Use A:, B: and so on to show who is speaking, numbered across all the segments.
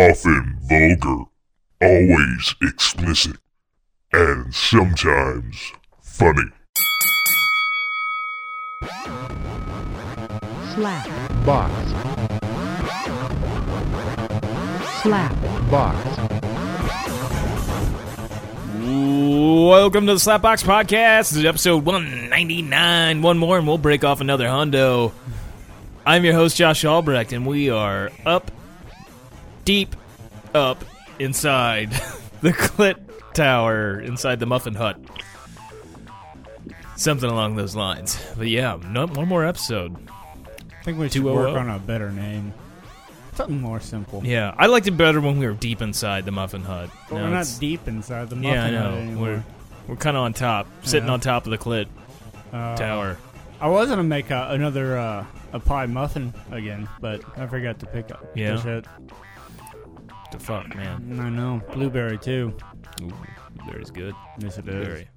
A: often vulgar, always explicit, and sometimes funny.
B: slap,
C: box,
B: slap,
C: box.
D: Welcome to the Slapbox Podcast. This is episode 199. One more, and we'll break off another hundo. I'm your host, Josh Albrecht, and we are up, deep up inside the Clit Tower, inside the Muffin Hut. Something along those lines. But yeah, no, one more episode.
E: I think we should
D: 200.
E: work on a better name. Something more simple.
D: Yeah, I liked it better when we were deep inside the Muffin Hut.
E: But
D: Now
E: we're not
D: it's-
E: deep inside the muffin
D: yeah, I
E: hut
D: know.
E: anymore.
D: We're, we're kind of on top, sitting
E: Yeah.
D: on top of the Clit
E: Uh,
D: Tower.
E: I was gonna make uh, another uh, a pie muffin again, but I forgot to pick up.
D: Yeah.
E: the shit.
D: The fuck, man.
E: I know blueberry too.
D: Ooh, blueberry's good.
E: Yes, it is.
D: Blueberry.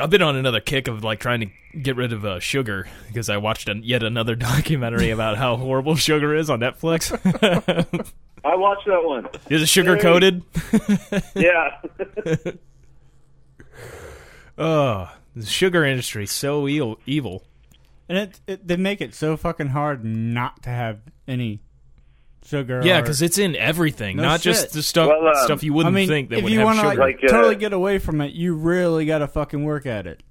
D: I've been on another kick of like trying to get rid of uh, sugar because I watched an, yet another documentary about how horrible sugar is on Netflix.
F: I watched that one.
D: is it sugar coated?
F: Yeah.
D: Oh, the sugar industry so evil. Evil.
E: And it, it they make it so fucking hard not to have any sugar.
D: Yeah,
E: or-
D: because it's in everything,
E: No
D: not
E: shit.
D: just the stuff
F: Well, um,
D: stuff you wouldn't
E: I mean,
D: think that
E: if
D: would
E: you
D: have
E: wanna
D: sugar.
E: like,
F: Like, uh,
E: totally get away from it, you really got to fucking work at it.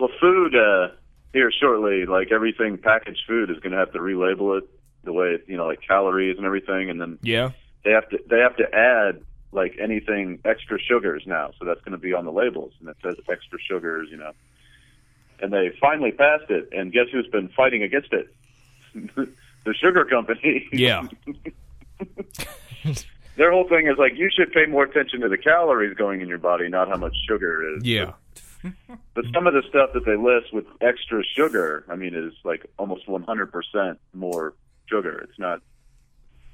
F: well, food uh, here shortly, like everything packaged food is going to have to relabel it the way it, you know, like calories and everything, and then
D: yeah.
F: they have to they have to add like anything extra sugars now. So that's going to be on the labels, and it says extra sugars, you know. And they finally passed it, and guess who's been fighting against it? the sugar company.
D: Yeah.
F: Their whole thing is like you should pay more attention to the calories going in your body, not how much sugar is.
D: Yeah.
F: But some of the stuff that they list with extra sugar, I mean, is like almost 100% more sugar. It's not,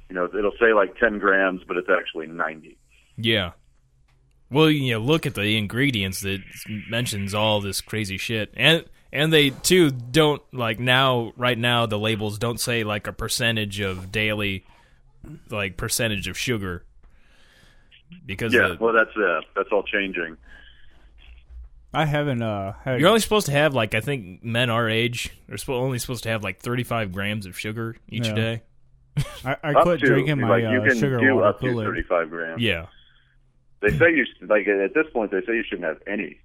F: you know, it'll say like 10 grams, but it's actually 90.
D: Yeah. Well, you know, look at the ingredients that mentions all this crazy shit, and and they too don't like now. Right now, the labels don't say like a percentage of daily, like percentage of sugar, because
F: Yeah,
D: the-
F: well, that's uh, that's all changing.
E: I haven't. Uh, had,
D: you're only supposed to have like I think men our age are spo- only supposed to have like 35 grams of sugar each
E: Yeah.
D: day.
E: I, I
F: Up
E: quit
F: to,
E: drinking my
F: like, you
E: uh,
F: can
E: sugar
F: do
E: water
F: up to
E: Kool Aid.
F: 35 grams.
D: Yeah.
F: They say you, like, at this point, they say you shouldn't have any.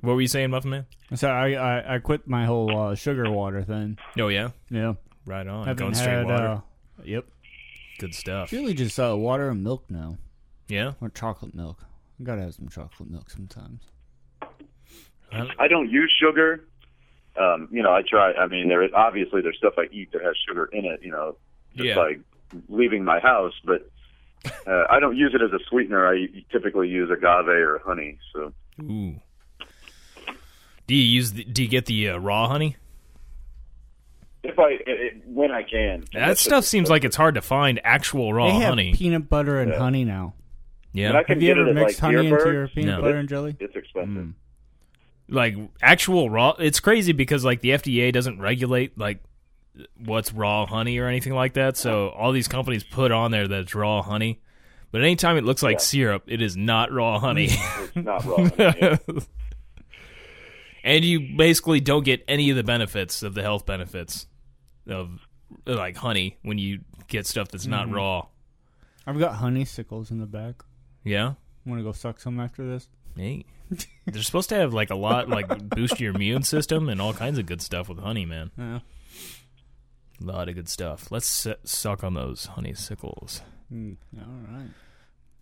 D: What were you saying, Muffin Man?
E: So I, I I quit my whole uh, sugar water thing.
D: Oh yeah,
E: Yeah,
D: right on.
E: haven't
D: Going straight
E: had.
D: water.
E: Uh, yep,
D: Good stuff.
E: really just uh, water and milk now,
D: Yeah.
E: or chocolate milk. I gotta have some chocolate milk sometimes.
F: I don't use sugar. Um, you know, I try. I mean, there obviously there's stuff I eat that has sugar in it. You know, just
D: Yeah.
F: like leaving my house, but uh, I don't use it as a sweetener. I typically use agave or honey. So
D: Ooh. Do you use? The, do you get the uh, raw honey?
F: if I it, it- when I can,
D: That stuff seems like it's hard to find actual raw
E: they have
D: Oh, honey.
E: peanut butter and honey now.
D: yeah,
F: And I can
E: Have you
F: get
E: ever
F: it at,
E: mixed
F: like,
E: honey into
F: Earburg.
E: your peanut
D: No.
E: butter and jelly?
F: It's expensive.
D: like actual raw. It's crazy because like the FDA doesn't regulate like what's raw honey or anything like that. So all these companies put on there that it's raw honey, but anytime it looks like syrup, it is not raw honey.
F: It's not raw. honey, yeah.
D: and you basically don't get any of the benefits of the health benefits of like honey when you get stuff that's
F: Mm-hmm.
D: not raw.
E: I've got honeysuckles in the back.
D: Yeah.
E: Want to go suck some after this?
D: Neat. They're supposed to have like a lot, like boost your immune system and all kinds of good stuff with honey, man.
E: Yeah.
D: A lot of good stuff. Let's s- suck on those honeysuckles.
E: Mm, all right.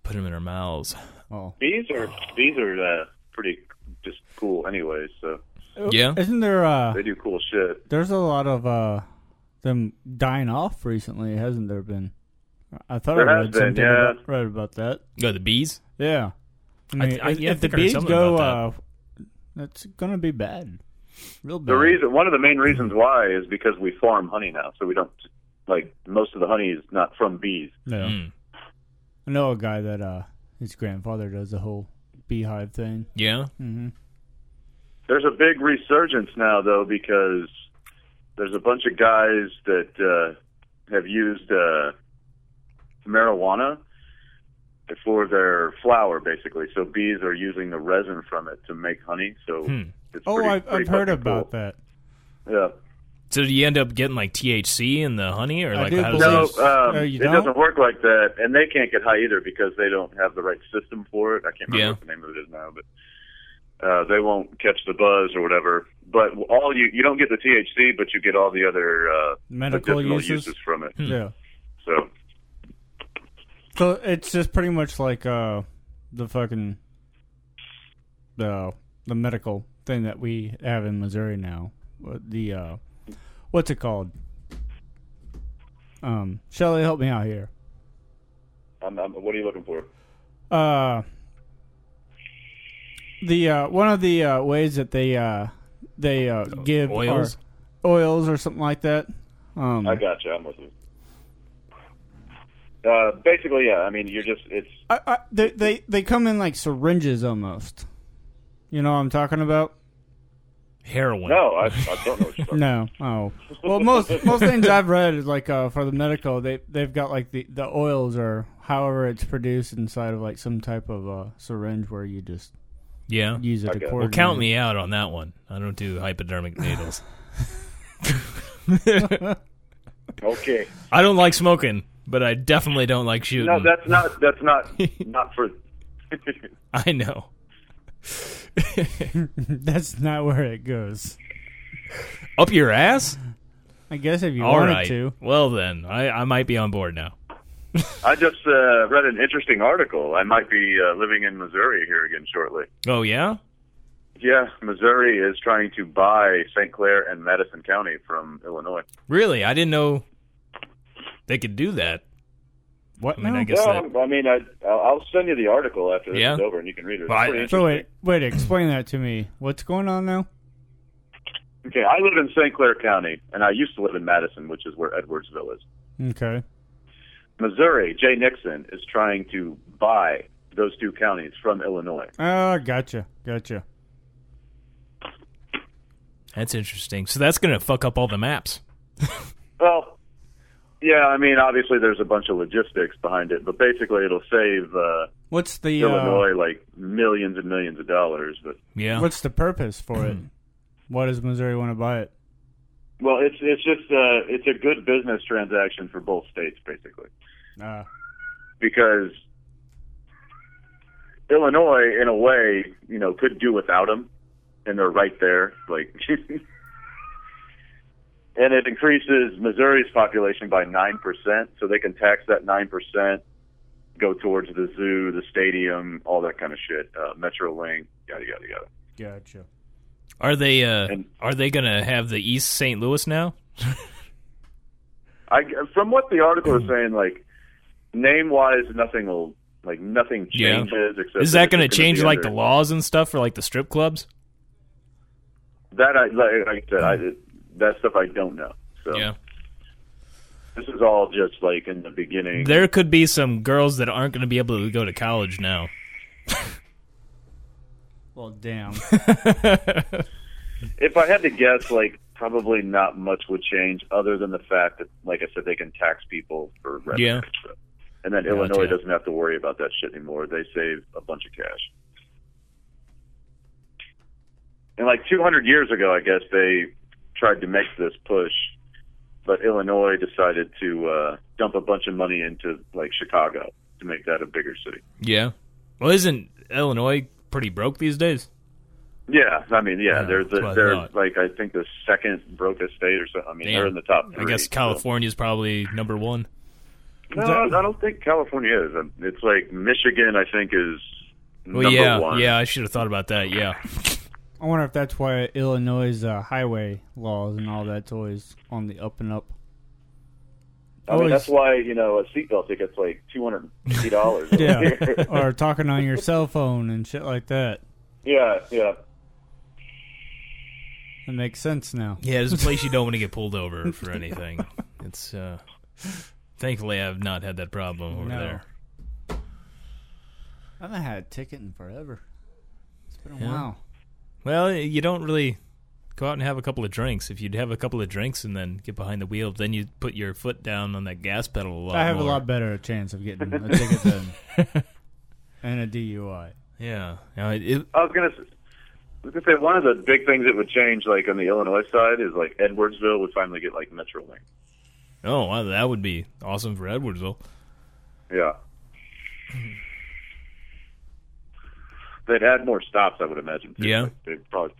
D: Put them in our mouths.
E: Oh,
F: These are these are uh, pretty just cool, anyways. So
D: Yeah.
E: Oh, Isn't there? uh
F: they do cool shit.
E: There's a lot of uh them dying off recently, hasn't there been? I thought
F: There
E: I
F: has
E: read
F: been,
E: something
F: yeah.
E: about, read about that.
D: Oh, the bees.
E: Yeah.
D: I
E: I mean,
D: th- I-
E: if,
D: yeah, I
E: if the
D: think I heard
E: bees
D: something
E: go, uh,
D: about
E: that's gonna be bad. Real bad.
F: The reason, one of the main reasons why is because we farm honey now, so we don't like most of the honey is not from bees.
E: no.
D: Mm.
E: I know a guy that uh his grandfather does the whole beehive thing.
D: Yeah.
E: Mm-hmm.
F: There's a big resurgence now though because there's a bunch of guys that uh, have used uh, marijuana for their flower, basically. So bees are using the resin from it to make honey. So it's
E: Oh,
F: pretty,
E: I've,
F: pretty
E: I've heard
F: fucking cool.
E: about that.
F: Yeah.
D: So do you end up getting like THC in the honey, or
E: I
D: like
E: do
D: how does
E: believe-
F: No,
D: that-
E: Yes.
F: um,
E: Oh, you
F: it
E: don't?
F: doesn't work like that, and they can't get high either because they don't have the right system for it. I can't remember
D: Yeah.
F: what the name of it is now, but uh, they won't catch the buzz or whatever. But all you you don't get the THC, but you get all the other uh,
E: Medical
F: medicinal
E: uses?
F: from
D: Hmm.
F: it.
E: Yeah.
F: So
E: So it's just pretty much like uh, the fucking the the medical thing that we have in Missouri now. What The uh, what's it called? Um, Shelly, help me out here.
F: I'm, I'm, what are you looking for?
E: Uh, the uh, one of the uh, ways that they uh, they uh, give are
D: Oh, oils?
E: oils or something like that. Um,
F: I got you. I'm with you. Uh, basically, yeah. I mean, you're just it's
E: I, I, they, they they come in like syringes almost. You know what I'm talking about?
D: heroin?
F: no. I, I don't know. What you're talking
E: No. Oh. Well, most most things I've read is like uh, for the medical, they they've got like the the oils or however it's produced inside of like some type of uh, syringe where you just
D: Yeah.
E: use it. to
F: Okay. Well,
E: coordinate.
D: Count me out on that one. I don't do hypodermic needles.
F: about. Okay.
D: I don't like smoking, but I definitely don't like shooting.
F: No, that's not that's not not for.
D: I know.
E: That's not where it goes.
D: Up your ass?
E: I guess if you
D: All
E: wanted
D: right.
E: to.
D: Well then, I, I might be on board now.
F: I just uh, read an interesting article. I might be uh, living in Missouri here again shortly.
D: Oh yeah?
F: Yeah, Missouri is trying to buy St. Clair and Madison County from Illinois.
D: Really? I didn't know they could do that.
E: What?
D: I mean,
E: now?
D: I guess that
F: I mean, I, I'll- I'll send you the article after this
D: Yeah.
F: is over, and you can read it. It's
D: Well, I-
F: pretty
E: So
F: interesting.
E: wait, wait. Explain that to me. What's going on now?
F: Okay, I live in St. Clair County, and I used to live in Madison, which is where Edwardsville is.
E: Okay.
F: Missouri, Jay Nixon is trying to buy those two counties from Illinois.
E: Oh, gotcha, gotcha.
D: that's interesting. So that's gonna fuck up all the maps.
F: Well, yeah, I mean, obviously there's a bunch of logistics behind it, but basically it'll save uh,
E: What's the uh,
F: Illinois like millions and millions of dollars. But
D: Yeah.
E: what's the purpose for it? Why does Missouri want to buy it?
F: well, it's it's just uh, it's a good business transaction for both states basically
E: Uh,
F: because Illinois, in a way, you know, could do without them, and they're right there, like. And it increases Missouri's population by 9%, so they can tax that 9%, go towards the zoo, the stadium, all that kind of shit, uh, Metrolink, yada, yada, yada.
E: gotcha.
D: Are they uh
F: And-
D: are they gonna have the East St. Louis now?
F: I from what the article
D: Hmm.
F: is saying, like name wise, nothing will like nothing
D: Yeah.
F: changes. Except
D: Is that
F: going to
D: change like the laws and stuff for like the strip clubs?
F: That I like, like I said,
D: Hmm.
F: I that stuff I don't know. So this is all just like in the beginning.
D: There could be some girls that aren't gonna be able to go to college now.
E: Well, damn.
F: if I had to guess, like probably not much would change other than the fact that, like I said, they can tax people for rent.
D: Yeah.
F: And then
D: Gotcha.
F: Illinois doesn't have to worry about that shit anymore. They save a bunch of cash. And like 200 years ago, I guess they tried to make this push, but Illinois decided to uh, dump a bunch of money into like Chicago to make that a bigger city.
D: Yeah. Well, isn't Illinois pretty broke these days?
F: Yeah, I mean, yeah,
D: Yeah,
F: they're
D: that's what
F: the,
D: I
F: they're
D: thought.
F: like I think the second brokest state or something. I mean,
D: Damn.
F: they're in the top.
D: I
F: Three,
D: guess
F: so-
D: California's probably number one.
F: No, I don't think California is. Um, It's like Michigan. I think is
D: Well,
F: number
D: yeah,
F: one.
D: yeah. I should have thought about that. Yeah,
E: I wonder if that's why Illinois' uh, highway laws and all that's always on the up and up.
F: I mean,
E: Always-
F: that's why you know a seatbelt ticket's like two hundred fifty dollars.
E: Yeah, or talking on your cell phone and shit like that.
F: yeah, yeah.
E: It makes sense now.
D: yeah. It's a place you don't want to get pulled over for anything. It's uh, thankfully I've not had that problem over
E: No.
D: there.
E: I haven't had a ticket in forever. It's been a
D: Yeah.
E: while.
D: Well, you don't really Go out and have a couple of drinks. If you'd have a couple of drinks and then get behind the wheel, then you put your foot down on that gas pedal a lot.
E: I have
D: more.
E: a lot better chance of getting a ticket than and a DUI.
D: Yeah. Now, it- it-
F: I was gonna, s- I was gonna say one of the big things that would change, like on the Illinois side, is like Edwardsville would finally get like MetroLink.
D: oh, wow, that would be awesome for Edwardsville.
F: Yeah.
D: Mm-hmm.
F: They'd add more stops, I would imagine. too.
D: Yeah.
F: Like, they'd probably.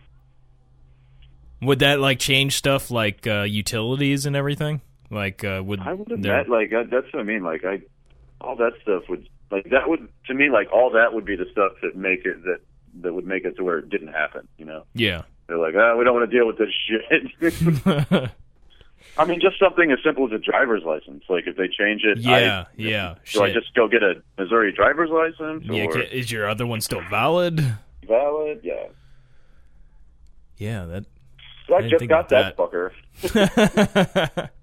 D: Would that like change stuff like uh, utilities and everything? Like uh, would
F: I would
D: there-
F: imagine, like I, that's what I mean. Like I, all that stuff would like that would to me like all that would be the stuff that make it that that would make it to where it didn't happen. You know,
D: yeah.
F: they're like, oh, we don't want to deal with this shit. I mean, just something as simple as a driver's license. Like if they change it, I-
D: Yeah, yeah,
F: Do I
D: shit.
F: just go get a Missouri driver's license
D: yeah,
F: or
D: ca- is your other one still valid?
F: valid? Yeah,
D: Yeah, that
F: So I,
D: didn't
F: just
D: think
F: got
D: about
F: that fucker.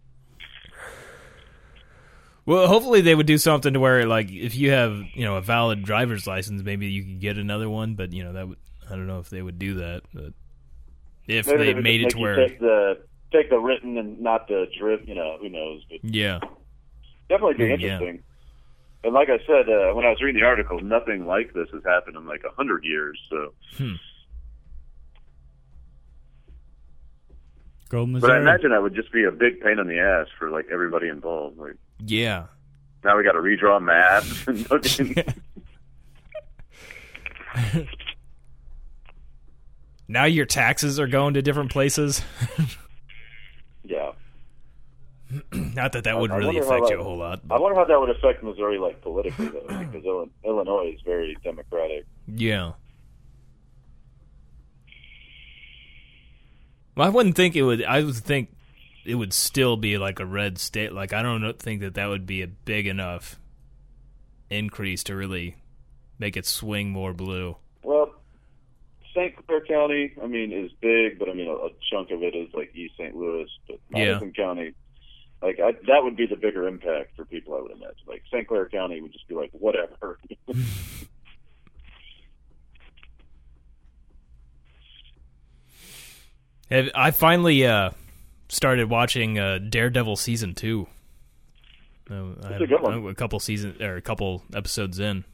D: Well, hopefully they would do something to where, like, if you have you know a valid driver's license, maybe you could get another one. But you know that would, I don't know if they would do that. But if
F: Maybe
D: they
F: would
D: made it
F: just
D: to
F: make you
D: where,
F: take the take the written and not the drift. You know, who knows? But
D: yeah,
F: definitely be
D: Yeah.
F: interesting. And like I said, uh, when I was reading the article, nothing like this has happened in like a hundred years. So,
E: Go
F: but I
E: Missouri.
F: imagine that would just be a big pain in the ass for like everybody involved. Like
D: yeah,
F: now we got to redraw maps. and fucking-
D: now your taxes are going to different places.
F: yeah,
D: Not that that would
F: I
D: really
F: wonder how
D: affect you
F: that-
D: a whole lot.
F: I
D: But
F: wonder how that would affect Missouri like politically though, because Ill- Illinois is very democratic.
D: yeah. Well, I wouldn't think it would. I would think it would still be like a red state. Like I don't know- think that that would be a big enough increase to really make it swing more blue.
F: Well, St. Clair County, I mean, is big, but I mean, a, a chunk of it is like East St. Louis, but
D: Yeah.
F: Madison County, like I, that would be the bigger impact for people, I would imagine. Like St. Clair County would just be like, whatever.
D: Have- I finally uh, started watching uh, Daredevil season two. Uh, I-
F: a good one.
D: I'm a couple season or a couple episodes in.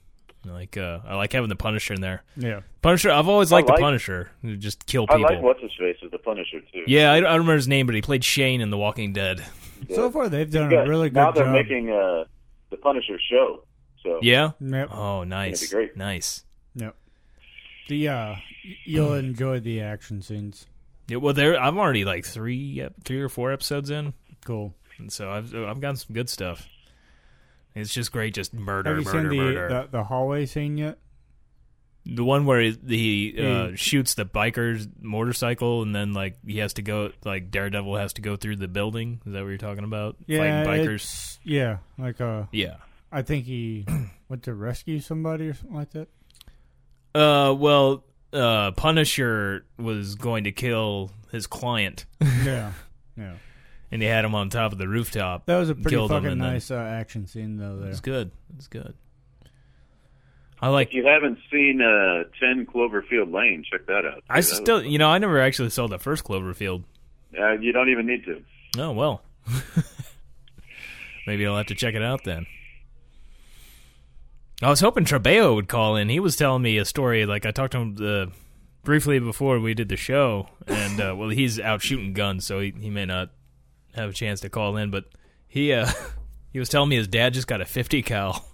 D: Like uh, I like having the Punisher in there.
E: yeah.
D: Punisher. I've always liked
F: like-
D: the Punisher. who Just kill
F: I
D: people.
F: like what's his face as the Punisher too.
D: yeah, I, I don't remember his name, but he played Shane in The Walking Dead.
E: So far, they've done
F: Yeah,
E: a really good
F: now they're
E: job.
F: making uh, the Punisher show. So
D: Yeah.
E: Yep.
D: Oh, nice.
F: That'd be great.
D: Nice.
E: Yep. The uh, y- you'll
D: Hmm.
E: enjoy the action scenes.
D: Yeah, well, there. I'm already like three, ep- three or four episodes in,
E: Cool.
D: and so I've I've gotten some good stuff. It's just great, just murder,
E: Have you
D: murder,
E: seen the, uh,
D: murder.
E: the the hallway scene yet?
D: The one where he, he uh,
E: Mm.
D: shoots the biker's motorcycle, and then like he has to go, like Daredevil has to go through the building. Is that what you're talking about?
E: Yeah,
D: Fighting bikers.
E: it's- Yeah, like uh,
D: Yeah.
E: I think he went to rescue somebody or something like that.
D: Uh, well, uh, Punisher was going to kill his client,
E: Yeah, yeah.
D: and he had him on top of the rooftop.
E: That was a pretty
D: Killed him
E: fucking
D: and then-
E: nice uh, action scene though. There.
D: It's good. It's good. I like.
F: If you haven't seen uh, Ten Cloverfield Lane, check that out.
D: I
F: too. That
D: still, you know, I never actually saw the first Cloverfield.
F: was- uh, you don't even need to.
D: Oh well. Maybe I'll have to check it out then. I was hoping Trebeo would call in. He was telling me a story. Like I talked to him uh, briefly before we did the show, and uh, well, he's out shooting guns, so he, he may not have a chance to call in. But he uh, he was telling me his dad just got a fifty cal.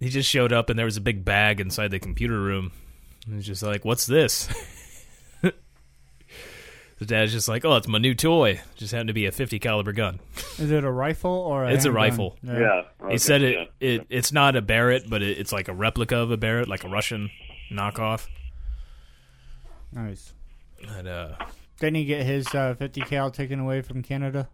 D: he just showed up, and there was a big bag inside the computer room. And he's just like, "What's this?" The dad's just like, "Oh, it's my new toy. Just happened to be a fifty caliber gun."
E: Is it a rifle or a?
D: It's a
E: handgun?
D: rifle.
E: Yeah.
F: Yeah. okay,
D: he said it,
F: yeah.
D: it it's not a Barrett, but it, it's like a replica of a Barrett, like a Russian knockoff.
E: Nice.
D: And, uh,
E: Didn't he get his uh, 50 cal taken away from Canada?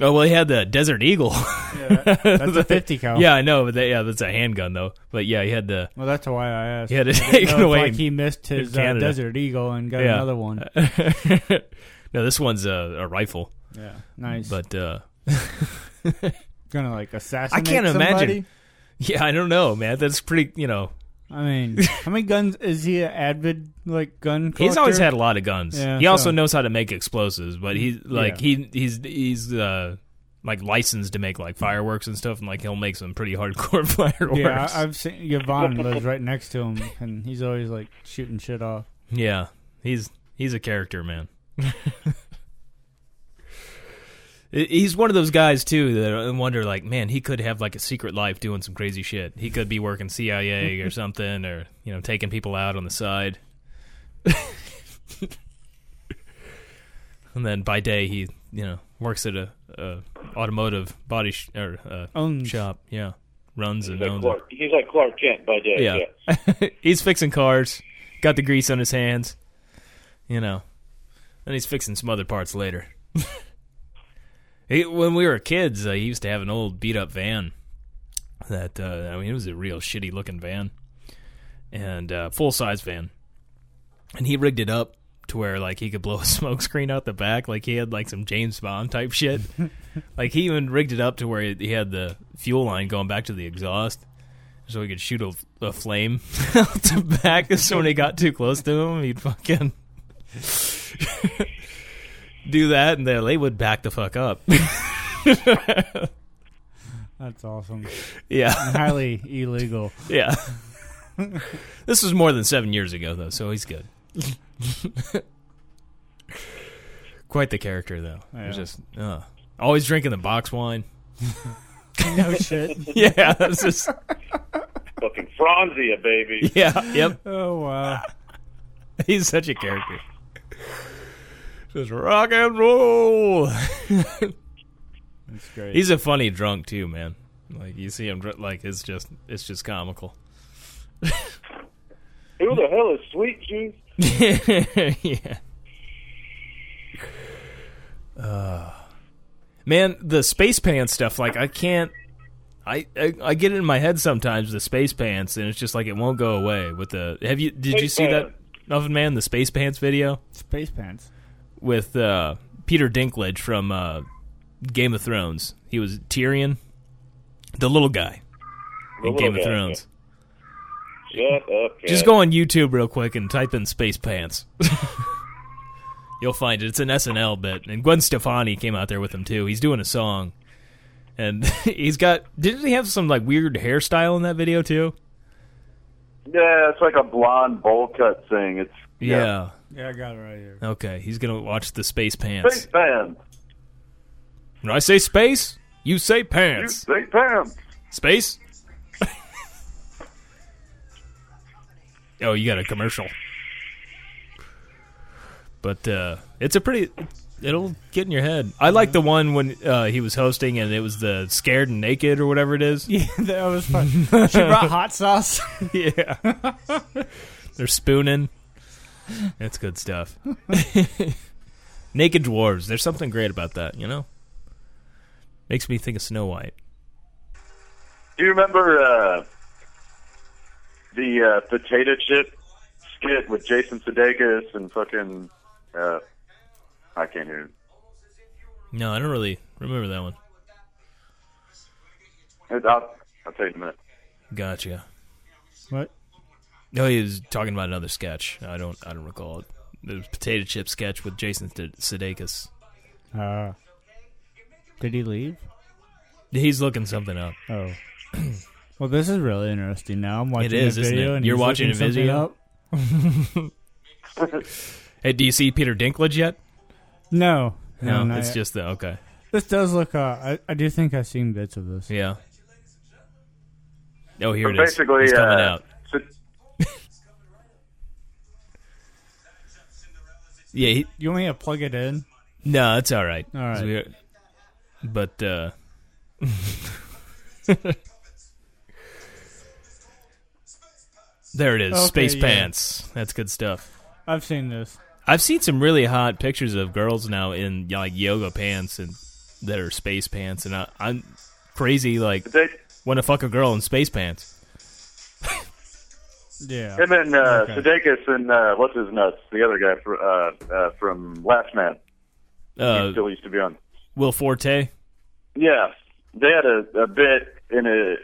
D: oh well, he had the Desert Eagle.
E: That's a 50 cal.
D: yeah, I know, but that, yeah, that's a handgun though. But yeah, he had the
E: Well, that's why I asked.
D: he had it
E: No,
D: taken
E: it's
D: away.
E: Like he missed his uh,
D: Canada.
E: Desert Eagle and got
D: Yeah. Uh,
E: another one.
D: no, this one's a, a rifle,
E: Yeah, nice.
D: but uh,
E: gonna like assassinate.
D: imagine.
E: somebody?
D: yeah, I don't know, man. That's pretty, you know.
E: I mean, how many guns is he? An avid like gun. Collector?
D: He's always had a lot of guns.
E: Yeah,
D: he also
E: so-
D: knows how to make explosives, but he's like he he's he's uh like licensed to make like fireworks and stuff, and like he'll make some pretty hardcore fireworks.
E: Yeah, I, I've seen Yvonne lives right next to him, and he's always like shooting shit off.
D: Yeah, he's he's a character, man. He- he's one of those guys too that I wonder, like, man, he could have like a secret life doing some crazy shit. He could be working CIA or something, or you know, taking people out on the side. and then by day, he you know works at a, a automotive body sh- or uh,
E: Owns
D: shop. Yeah, runs and
C: He's like
D: owns. it.
C: Clark, he's like Clark Kent by day.
D: Yeah. he's fixing cars, got the grease on his hands, you know. And he's fixing some other parts later. he, when we were kids, uh, he used to have an old beat up van. That uh, I mean, it was a real shitty looking van, and uh, full size van. And he rigged it up to where like he could blow a smoke screen out the back, like he had like some James Bond type shit. like he even rigged it up to where he had the fuel line going back to the exhaust so he could shoot a, a flame out the back. So when he got too close to him, he'd fucking do that, and then they would back the fuck up.
E: That's awesome.
D: yeah,
E: Highly illegal.
D: yeah. this was more than seven years ago, though, so he's good. Quite the character, though. It was
E: Yeah.
D: just uh, always drinking the box wine.
E: No shit.
D: Yeah, that's just
C: Fucking Franzia, baby.
D: yeah, yep.
E: Oh wow.
D: He's such a character. Just rock and roll.
E: That's great.
D: He's a funny drunk too, man. Like you see him, dr- like it's just it's just comical.
C: Who the hell is Sweet Juice?
D: yeah. Uh, man, the space pants stuff. Like I can't. I, I I get it in my head sometimes the space pants, and it's just like it won't go away. With the have you did you
C: Space
D: see that
C: pants.
D: Muffin Man the space pants video
E: Space pants.
D: with uh, Peter Dinklage from uh, Game of Thrones? He was Tyrion, the little guy
C: The
D: in
C: little
D: Game of
C: guy.
D: Thrones.
C: Shut up. Cat.
D: Just go on YouTube real quick and type in space pants. You'll find it. It's an SNL bit, and Gwen Stefani came out there with him too. He's doing a song, and he's got. Didn't he have some like weird hairstyle in that video too?
F: Yeah, it's like a blonde bowl cut thing. It's
D: Yeah.
E: Yeah, I got it right here.
D: Okay, he's gonna watch the space
F: Space
D: pants.
F: Pants.
D: When I say space, you say pants.
F: Space Pants.
D: Space. oh, you got a commercial. But uh, it's a pretty. It'll get in your head. I like the one when uh, he was hosting and it was the scared and naked or whatever it is.
E: Yeah, that was fun. she brought hot sauce.
D: Yeah. They're spooning. That's good stuff. naked dwarves. There's something great about that, you know? Makes me think of Snow White.
F: Do you remember uh, the uh, potato chip skit with Jason Sudeikis and fucking? Uh, I can't hear. It.
D: No, I don't really remember that one.
F: It- I'll, I'll tell you in a minute.
D: Gotcha.
E: What?
D: No, he was talking about another sketch. I don't, I don't recall it. It was a potato chip sketch with Jason Sude- Sudeikis.
E: Uh, did he leave?
D: He's looking something up.
E: Oh. well, this is really interesting. Now I'm watching
D: is,
E: a
D: isn't
E: video,
D: it?
E: and
D: You're
E: he's
D: watching
E: looking
D: a video?
E: something up.
D: Hey, do you see Peter Dinklage yet?
E: No, no, not
D: it's
E: yet.
D: just the okay.
E: this does look. Uh, I, I do think I've seen bits of this.
D: Yeah. Oh, here it is.
F: Basically,
D: He's coming
F: uh,
D: out.
F: Su-
D: Yeah. He,
E: You want me to plug it in?
D: no, it's all right.
E: All right.
D: We- But uh, there it is.
E: Okay,
D: Space
E: yeah.
D: pants. That's good stuff.
E: I've seen this.
D: I've seen some really hot pictures of girls now in like yoga pants and that are space pants, and I, I'm crazy like
F: They,
D: want to fuck a girl in space pants.
E: Yeah.
F: him and uh,
E: Okay.
F: Sudeikis and uh, what's his nuts? The other guy fr- uh, uh, from Last Man.
D: Uh,
F: he still used to be on.
D: Will Forte.
F: Yeah, they had a, a bit in a.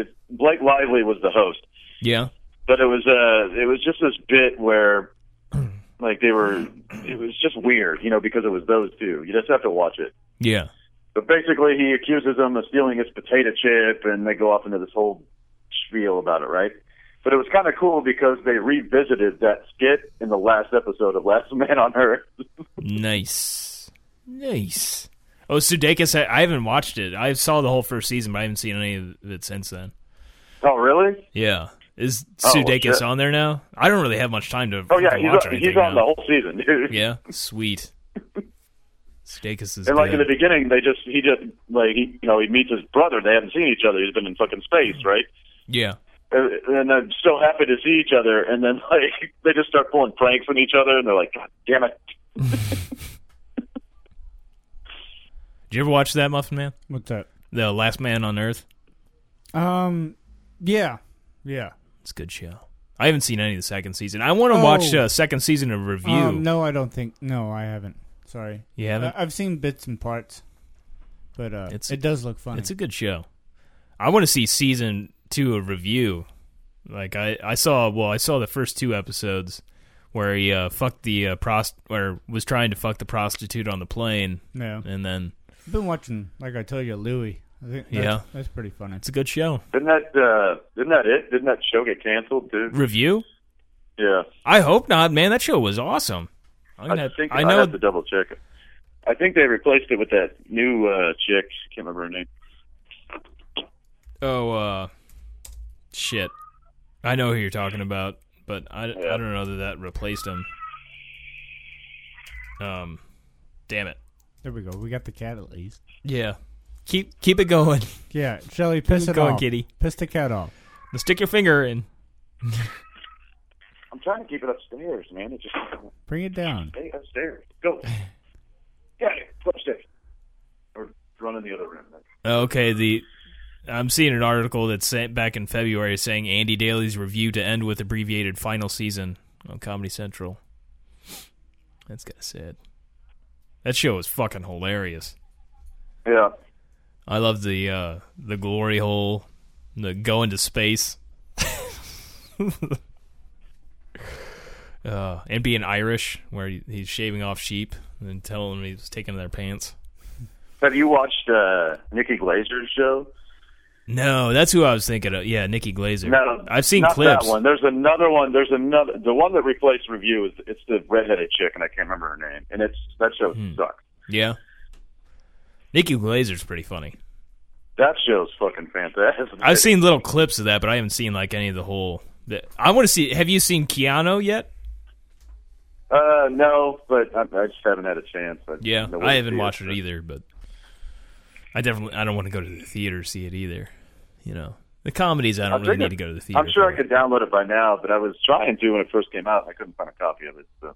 F: It, Blake Lively was the host,
D: Yeah.
F: but it was uh it was just this bit where like they were it was just weird, you know, because it was those two. You just have to watch it.
D: Yeah.
F: But basically, he accuses them of stealing his potato chip, and they go off into this whole spiel about it, right? But it was kind of cool because they revisited that skit in the last episode of Last Man on Earth.
D: Nice. Nice. Oh, Sudeikis, I, I haven't watched it. I saw the whole first season, but I haven't seen any of it since then.
F: Oh, really?
D: Yeah. Is
F: Oh, well,
D: Sudeikis
F: shit.
D: on there now? I don't really have much time to,
F: Oh, yeah,
D: to
F: he's,
D: watch or
F: on,
D: anything
F: he's on the
D: now.
F: whole season, dude.
D: Yeah, sweet. Sudeikis is
F: And like
D: good.
F: in the beginning, they just he just like he, you know he meets his brother. They haven't seen each other. He's been in fucking space,
D: Mm-hmm.
F: right?
D: yeah.
F: And, and I'm so happy to see each other. And then like they just start pulling pranks on each other, and they're like, God damn it!
D: Did you ever watch that Muffin Man?
E: What's that?
D: The Last Man on Earth?
E: Um, yeah, yeah.
D: It's a good show. I haven't seen any of the second season. I want to watch
E: Oh.
D: uh, second season of Review.
E: Um, no, I don't think. No, I haven't. Sorry,
D: You haven't?
E: I, have seen bits and parts, but uh,
D: It's-
E: it does look funny.
D: It's a good show. I want to see season two of Review. Like I, I saw. Well, I saw the first two episodes where he uh, fucked the uh, prost or was trying to fuck the prostitute on the plane,
E: yeah,
D: and then
E: I've been watching. Like I told you, Louis. I think. That's,
D: Yeah.
E: that's pretty funny.
D: it's a good show.
F: Didn't that uh, didn't that it? Didn't that show get canceled, dude?
D: Review.
F: Yeah,
D: I hope not, man. That show was awesome. I'm gonna,
F: I think
D: I
F: I'd
D: know.
F: have to double check. it. I think they replaced it with that new uh, chick. Can't remember her name.
D: oh, uh, shit. I know who you're talking about, but I, I don't know that that replaced him. Um, damn it.
E: There we go. We got the cat at least.
D: Yeah. Keep keep it going.
E: Yeah, Shelly, piss
D: Keep
E: it
D: going,
E: off.
D: kitty.
E: Piss the cat off.
D: Stick your finger in.
F: I'm trying to keep it upstairs, man. It just
E: Bring it down.
F: stay upstairs. Go. Got it. Go upstairs. Or run in the other room.
D: Okay, the I'm seeing an article that's sent back in February saying Andy Daly's review to end with abbreviated final season on Comedy Central. That's kind of sad. That show was fucking hilarious.
F: Yeah.
D: I love the uh, the glory hole, the go into space, uh, and being Irish, where he- he's shaving off sheep and then telling them he was taking their pants.
F: Have you watched uh, Nikki Glazer's show?
D: No, that's who I was thinking of. Yeah, Nikki Glazer.
F: No,
D: I've seen
F: not
D: clips.
F: that one. There's another one. There's another. The one that replaced Review is it's the redheaded chick, and I can't remember her name. And it's that show
D: Hmm.
F: sucks.
D: Yeah. Nikki Glazer's pretty funny.
F: That show's fucking fantastic.
D: I've seen little clips of that, but I haven't seen like any of the whole. The, I want to see. Have you seen Keanu yet?
F: Uh, no, but I, I just haven't had a chance. I,
D: Yeah,
F: no way
D: I
F: to
D: haven't
F: see
D: watched it either, but I definitely I don't want to go to the theater to see it either. You know, the comedies I don't
F: I'm
D: really
F: thinking-
D: need to go to the theater.
F: I'm sure I
D: for.
F: could download it by now, but I was trying to when it first came out. and I couldn't find a copy of it. So.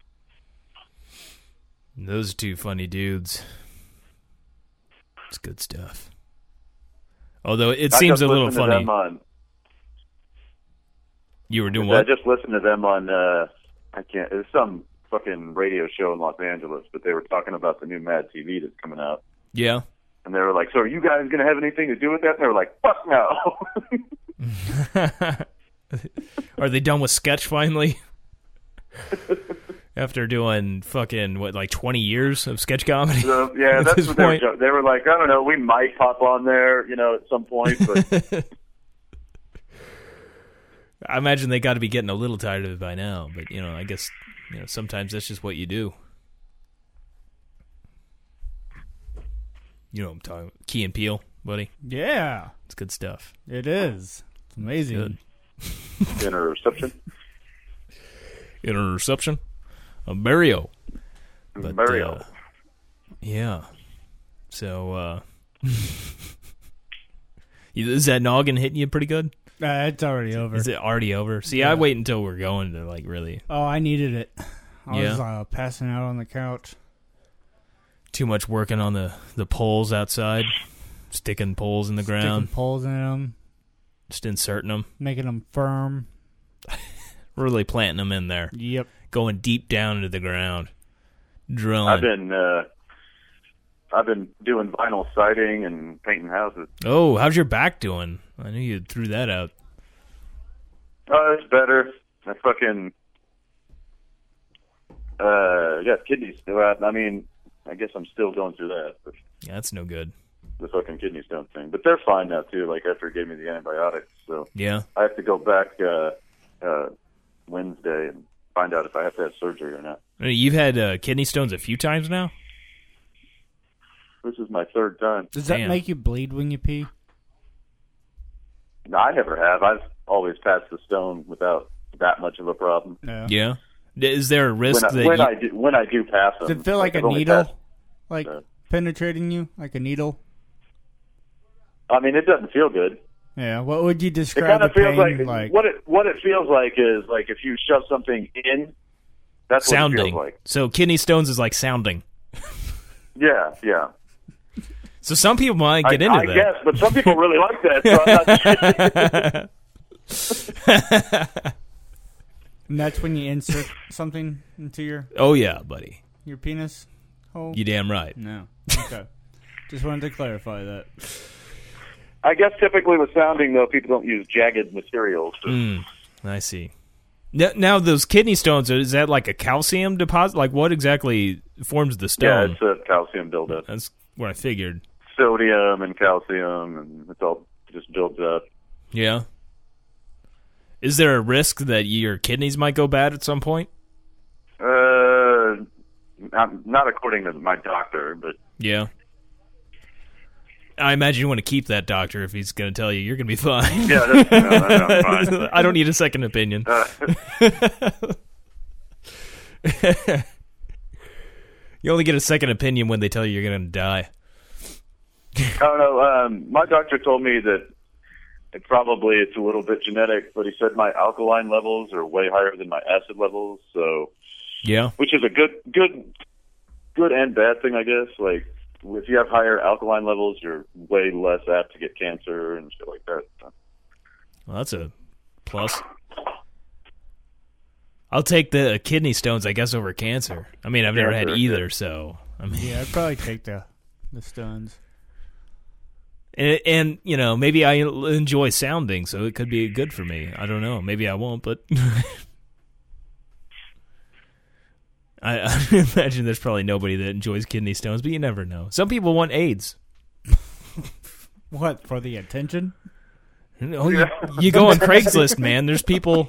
D: Those are two funny dudes. It's good stuff. Although it
F: I
D: seems a
F: just
D: little
F: listened to
D: funny.
F: them uh, on-
D: You were doing
F: I
D: what?
F: just listened to them on uh, I can't. It was some fucking radio show in Los Angeles, but they were talking about the new Mad TV that's coming out.
D: Yeah.
F: And they were like, "So are you guys gonna have anything to do with that?" And they were like, "Fuck no."
D: Are they done with sketch finally? After doing fucking what, like twenty years of sketch comedy?
F: so, yeah,
D: At
F: that's
D: this
F: what they were.
D: point.
F: jo- They were like, "I don't know. We might pop on there, you know, at some point." But
D: I imagine they got to be getting a little tired of it by now. But you know, I guess you know sometimes that's just what you do. You know, what I'm talking Key and Peel, buddy.
E: Yeah,
D: It's good stuff.
E: it is. It's amazing.
D: Good.
F: interception,
D: Interception, a burial. But,
F: burial.
D: uh, yeah. So, uh, is that noggin hitting you pretty good?
E: Uh, it's already over.
D: Is it already over? See, I wait until we're going to like really
E: Oh, I needed it. I
D: Yeah.
E: was uh, passing out on the couch.
D: too much working on the the poles outside, sticking poles in the ground,
E: Sticking poles in them,
D: just inserting them,
E: making them firm.
D: really planting them in there,
E: Yep.
D: going deep down into the ground, drilling.
F: I've been uh, I've been doing vinyl siding and painting houses.
D: Oh, how's your back doing? I knew you threw that out.
F: Oh, it's better. I fucking uh, yeah, kidney stone. I mean, I guess I'm still going through that, but
D: Yeah, that's no good.
F: the fucking kidney stone thing. But they're fine now too. Like after it gave me the antibiotics, so
D: Yeah.
F: I have to go back uh, uh, Wednesday and find out if I have to have surgery or not.
D: I mean, You've had uh, kidney stones a few times now.
F: This is my third time.
E: Does that
D: Damn.
E: make you bleed when you pee?
F: No, I never have. I've always passed the stone without that much of a problem.
E: No.
D: Yeah. Is there a risk
F: When, I,
D: that
F: when
D: you,
F: I do, when I do pass them,
E: Does it feel like
F: I've
E: a
F: only
E: needle?
F: passed-
E: Like
F: uh,
E: penetrating you? Like a needle?
F: I mean, it doesn't feel good.
E: Yeah. What would you
F: It
E: describe
F: kind
E: the
F: of feels
E: pain
F: like,
E: like?
F: what it what it feels like is like if you shove something in. That's what it
D: sounding?
F: feels like.
D: So kidney stones is like sounding.
F: Yeah, yeah.
D: So some people might get
F: I,
D: into
F: I
D: that.
F: guess, but some people really like that. So I'm not
E: And that's when you insert something into your
D: Oh yeah, buddy.
E: your penis hole.
D: You damn right.
E: no. Okay. Just wanted to clarify that.
F: I guess typically with sounding though, people don't use jagged materials. So
D: Mm, I see. Now, now those kidney stones is that like a calcium deposit? Like what exactly forms the
F: yeah,
D: stone?
F: it's a calcium buildup,
D: That's what I figured.
F: sodium and calcium, and it's all just builds up.
D: Yeah. Is there a risk that your kidneys might go bad at some point?
F: Uh, not, not according to my doctor, but
D: Yeah. I imagine you want to keep that doctor if he's going to tell you you're going to be fine.
F: yeah, that's, no, that's fine.
D: I don't need a second opinion.
F: Uh,
D: You only get a second opinion when they tell you you're going to die.
F: I don't know. Um, my doctor told me that it probably it's a little bit genetic, but he said my alkaline levels are way higher than my acid levels, so
D: Yeah.
F: which is a good good good and bad thing, I guess. Like if you have higher alkaline levels, you're way less apt to get cancer and shit like that. So,
D: Well, that's a plus. I'll take the kidney stones, I guess, over cancer. I mean, I've never
F: Yeah,
D: had
F: sure.
D: either, so I mean,
E: Yeah, I'd probably take the the stones.
D: and, and you know, maybe I enjoy sounding, so it could be good for me. I don't know. Maybe I won't, but I, I imagine there's probably nobody that enjoys kidney stones, but you never know. Some people want AIDS.
E: What for the attention?
D: Oh, you, you go on Craigslist, man. There's people.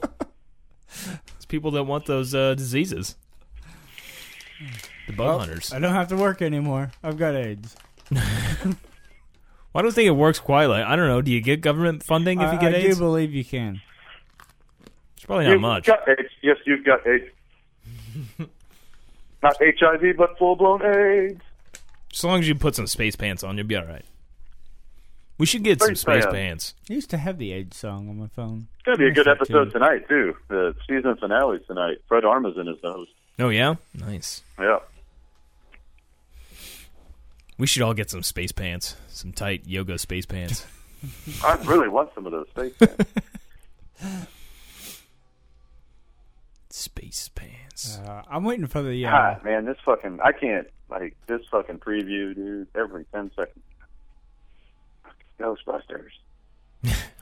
D: There's people that want those uh, diseases. The bug hunters.
E: I don't have to work anymore. I've got AIDS.
D: Well, I don't think it works quite like I don't know. Do you get government funding if
E: I,
D: you get
E: I
D: AIDS?
E: do believe you can.
D: it's probably not
F: You've
D: much.
F: Got AIDS. Yes, you've got AIDS. Not HIV, but full blown AIDS.
D: As long as you put some space pants on, you'll be all right. We should get some
F: Space
D: space
F: pants.
D: pants.
E: I used to have the AIDS song on my phone.
F: It's gonna be a good
E: Yes, I
F: episode
E: do.
F: tonight too. The season finale tonight. Fred Armisen is the host.
D: Oh yeah, nice.
F: Yeah.
D: We should all get some space pants, some tight yoga space pants.
F: I really want some of those steak pants.
D: space pants.
E: Uh, I'm waiting for the uh,
F: God, man, this fucking I can't like this fucking preview, dude. Every ten seconds, Ghostbusters.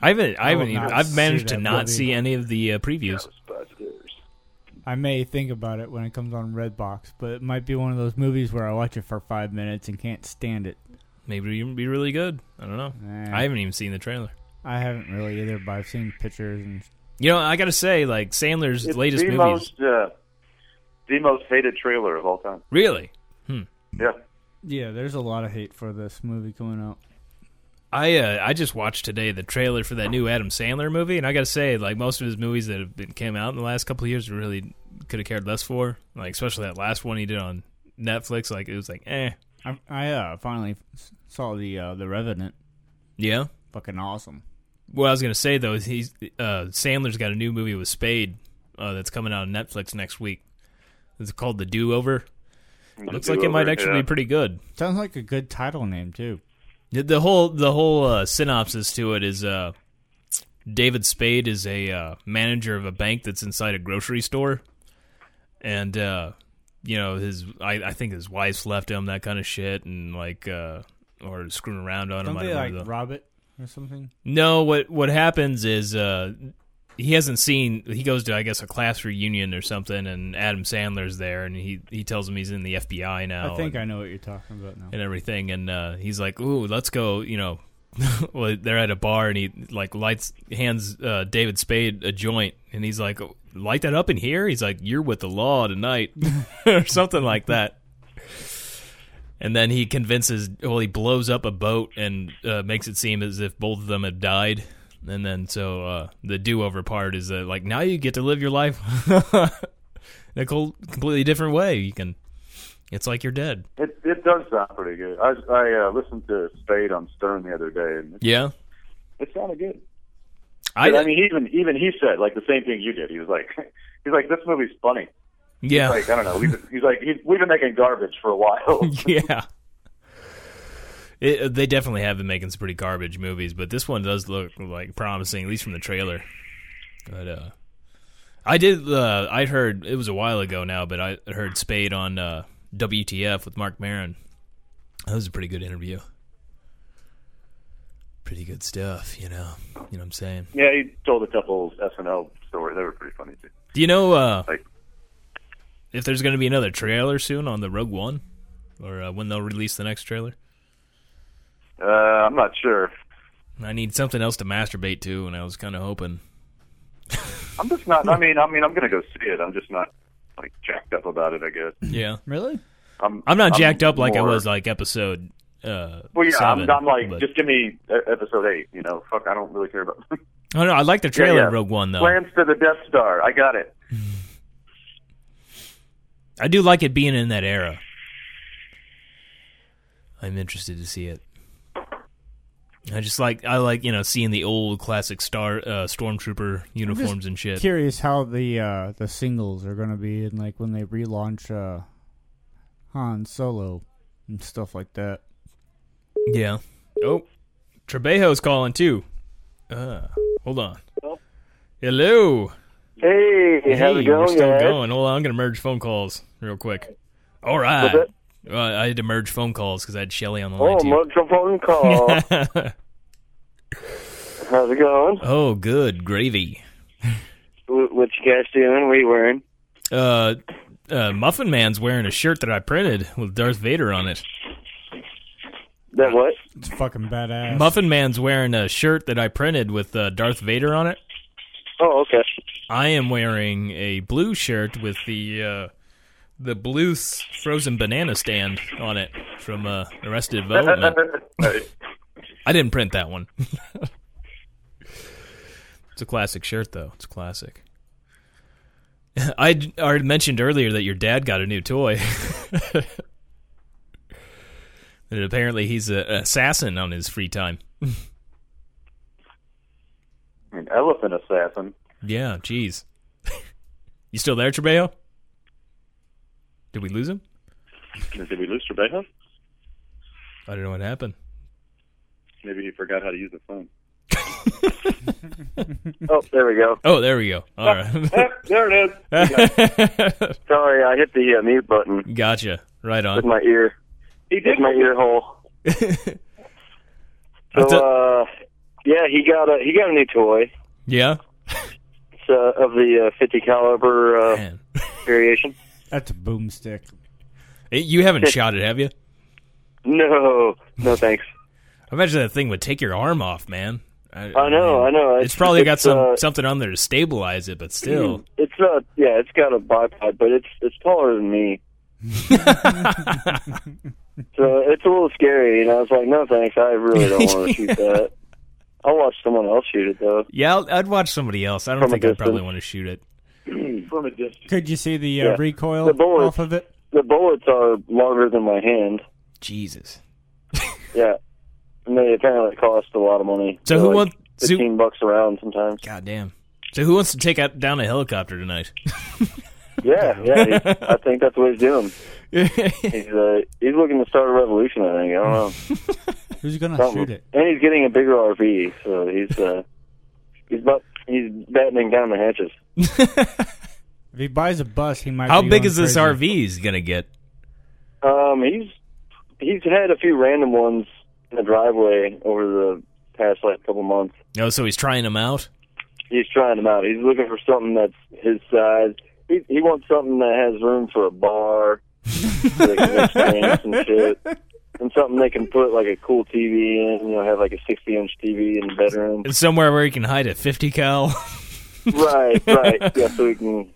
D: I haven't. I haven't.
E: will
D: Even,
E: not
D: I've
E: see
D: managed to
E: that
D: not
E: movie.
D: see any of the uh, previews.
F: Ghostbusters.
E: I may think about it when it comes on Redbox, but it might be one of those movies where I watch it for five minutes and can't stand it.
D: Maybe it'll be really good. I don't know.
E: Nah.
D: I haven't even seen the trailer.
E: I haven't really either, but I've seen pictures and
D: You know, I gotta say, like Sandler's
F: It's
D: latest
F: the
D: movies.
F: most uh, the most hated trailer of all time.
D: Really,
F: Yeah,
E: yeah, there's a lot of hate for this movie coming out.
D: I uh, I just watched today the trailer for that new Adam Sandler movie, and I gotta say, like most of his movies that have been came out in the last couple of years, really could have cared less for. Like especially that last one he did on Netflix. Like it was like, eh,
E: I, I uh, finally s- saw the uh, the Revenant.
D: yeah.
E: Fucking awesome.
D: What I was gonna say though is he's uh, Sandler's got a new movie with Spade uh, that's coming out on Netflix next week. It's called The Do Over. Looks like it might actually be pretty good.
E: Sounds like a good title name too.
D: The- The whole the whole uh, synopsis to it is uh, David Spade is a uh, manager of a bank that's inside a grocery store, and uh, you know his I, I think his wife's left him that kind of shit and like uh, or screwing around on
E: Don't
D: him. I
E: they
D: don't
E: like
D: remember the-
E: rob it or something?
D: no, what what happens is uh, he hasn't seen. He goes to I guess a class reunion or something, and Adam Sandler's there, and he he tells him he's in the FBI now.
E: I think
D: and,
E: I know what you're talking about now.
D: and everything, and uh, he's like, "Ooh, let's go," you know. well, they're at a bar, and he like lights hands uh, David Spade a joint, and he's like, "Light that up in here." He's like, "You're with the law tonight," or something like that. And then he convinces, well, he blows up a boat and uh, makes it seem as if both of them have died. And then so uh, the do-over part is that, like, now you get to live your life in a col- completely different way. You can, it's like you're dead.
F: It it does sound pretty good. I I uh, listened to Spade on Stern the other day, and it,
D: Yeah,
F: it sounded good.
D: I,
F: But, I mean, even even he said like the same thing you did. He was like, he's like, this movie's funny.
D: yeah.
F: Like I don't know. We've been, he's like, he's, we've been making garbage for a while.
D: yeah. It, uh, they definitely have been making some pretty garbage movies, but this one does look like promising, at least from the trailer. But uh, I did. Uh, I heard it was a while ago now, but I heard Spade on uh, WTF with Mark Maron. That was a pretty good interview. Pretty good stuff, you know. You know what I'm saying?
F: yeah, he told a couple SNL stories. They were pretty funny too.
D: Do you know uh,
F: Like-
D: if there's going to be another trailer soon on the Rogue One, or uh, when they'll release the next trailer?
F: Uh, I'm not sure.
D: I need something else to masturbate to, and I was kind of hoping.
F: I'm just not. I mean, I mean, I'm gonna go see it. I'm just not like jacked up about it. I guess.
D: Yeah,
E: Really?
F: I'm.
D: I'm not jacked up like I
F: more-
D: was like episode. Uh,
F: Well, yeah,
D: seven,
F: I'm, I'm like,
D: but-
F: just give me e- episode eight. You know, fuck, I don't really care about.
D: Oh no, I like the trailer
F: yeah.
D: of Rogue One though.
F: Plans to the Death Star. I got it.
D: I do like it being in that era. I'm interested to see it. I just like I like you know seeing the old classic star uh, stormtrooper uniforms and shit.
E: Curious how the uh, the singles are gonna be and like when they relaunch uh, Han Solo and stuff like that.
D: Yeah. Oh, Trebejo's calling too. Uh, hold on. Hello.
G: Hey, how's it
D: we're
G: going,
D: still
G: guys?
D: going. Hold on, I'm gonna merge phone calls real quick. All right. Uh, I had to merge phone calls because I had Shelly on the
G: Oh,
D: line too.
G: much phone call. how's it going?
D: oh, good gravy.
G: Wh- What you guys doing? What are you wearing?
D: Uh, uh, Muffin Man's wearing a shirt that I printed with Darth Vader on it.
G: That what?
E: It's fucking badass.
D: Muffin Man's wearing a shirt that I printed with uh, Darth Vader on it.
G: Oh, okay.
D: I am wearing a blue shirt with the uh, the blue s- frozen banana stand on it from uh, Arrested Development. I didn't print that one. it's a classic shirt, though. It's classic. I d- already mentioned earlier that your dad got a new toy. and apparently he's a, an assassin on his free time.
F: An elephant assassin.
D: Yeah, jeez. you still there, Trebejo? Did we lose him?
F: Did we lose Trebejo?
D: I don't know what happened.
F: Maybe he forgot how to use the phone.
G: Oh, there we go.
D: Oh, there we go. All right.
G: There it is. Sorry, I hit the uh, mute button
D: gotcha. Right
G: with
D: on.
G: my ear. He did my ear hole. So,
D: That's it.
G: uh, yeah, he got a he got a new toy.
D: Yeah?
G: It's uh, of the uh, 50 caliber uh,
D: Man.
G: variation.
E: That's a boomstick.
D: Hey, You haven't shot it, have you?
G: No, no thanks.
D: I imagine that thing would take your arm off, man. I,
G: I know, I know.
D: It's, probably got some
G: uh, Hmm.
D: something on there to stabilize it, but still.
G: It's not. Yeah, it's got a bipod, but it's it's taller than me. so it's a little scary, and I was like, no thanks, I really don't want to shoot that. I'll watch someone else shoot it though.
D: Yeah, I'll- I'd watch somebody else. I don't
G: From a
D: think I'd probably
G: distance.
D: want to shoot it.
F: From a distance.
E: Could you see the uh,
G: Yeah.
E: recoil
G: The bullets.
E: off of it?
G: The bullets are longer than my hand.
D: Jesus.
G: Yeah, and they apparently cost a lot of money.
D: So
G: They're
D: who
G: like
D: wants- so-
G: Fifteen bucks around sometimes.
D: God damn. So who wants to take out down a helicopter tonight?
G: Yeah, yeah. he- I think that's what he's doing. He's uh, he's looking to start a revolution. I think. I don't know.
E: Who's gonna
G: something.
E: shoot it?
G: And he's getting a bigger RV, so he's uh, he's about, he's battening down the hatches.
E: If he buys a bus, he might.
D: How
E: be
D: big
E: going
D: is this
E: crazy.
D: RV he's gonna get?
G: Um, he's he's had a few random ones in the driveway over the past like couple months.
D: Oh, so he's trying them out.
G: he's trying them out. He's looking for something that's his size. He, he wants something that has room for a bar, so they can mix drinks and shit, and something they can put like a cool TV in. You know, have like a sixty-inch TV in the bedroom.
D: It's somewhere where you can hide a 50 cal.
G: right, right. Yeah, so he can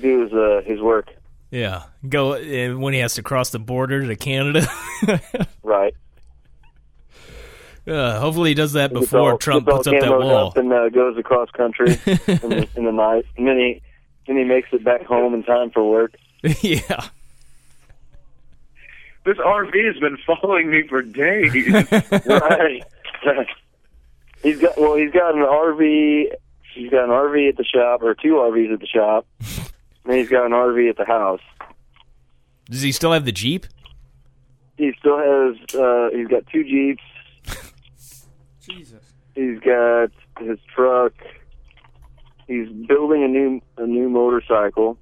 G: do his uh, his work.
D: yeah. Go uh, when he has to cross the border to Canada.
G: Right.
D: uh, hopefully he does that
G: Gets
D: before
G: all-
D: Trump
G: gets all
D: puts up that
G: camoed
D: wall.
G: up and uh, goes across country in, the, in the night, and then he then he makes it back home in time for work.
D: yeah.
F: This RV has been following me for days.
G: Right. he's got well, he's got an RV. He's got an RV at the shop, or two RVs at the shop. and he's got an RV at the house.
D: Does he still have the Jeep?
G: He still has. Uh, he's got two jeeps.
E: Jesus.
G: He's got his truck. He's building a new a new motorcycle.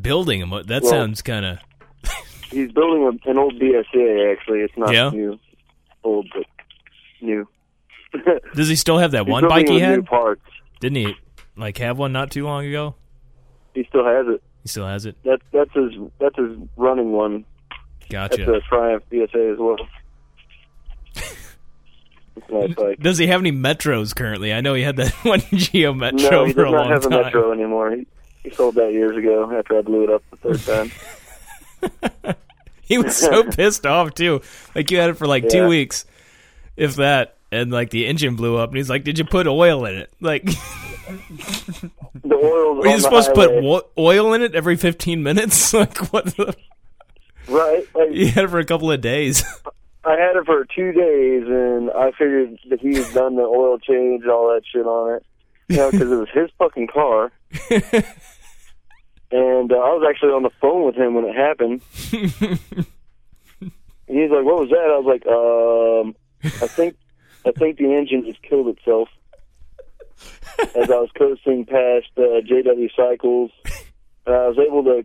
D: Building him. That
G: Well-
D: sounds kind of.
G: He's building a, an old BSA. Actually, it's not
D: Yeah?
G: new, old but new.
D: Does he still have that
G: He's
D: one bike
G: building
D: he
G: with New
D: had?
G: parts.
D: Didn't he like have one not too long ago?
G: He still has it.
D: He still has it.
G: That's that's his that's his running one. That's
D: Gotcha.
G: a Triumph BSA as well. it's a nice bike.
D: Does he have any metros currently? I know he had that one Geo Metro
G: No, he
D: for a
G: does not
D: long
G: have a
D: time.
G: Metro anymore. He, he sold that years ago after I blew it up the third time.
D: He was so pissed off too. Like you had it for like
G: Yeah.
D: two weeks, if that, and like the engine blew up, and he's like, "Did you put oil in it?" Like,
G: The oil's
D: were
G: on
D: you
G: the
D: supposed to put
G: highway.
D: wo- oil in it every fifteen minutes? Like, what? The-
G: Right. Like,
D: you had it for a couple of days.
G: I had it for two days, and I figured that he had done the oil change and all that shit on it. You know, because it was his fucking car. and uh, I was actually on the phone with him when it happened. and he's like, "What was that?" I was like, "Um, I think, I think the engine just killed itself." As I was coasting past uh, JW Cycles, and I was able to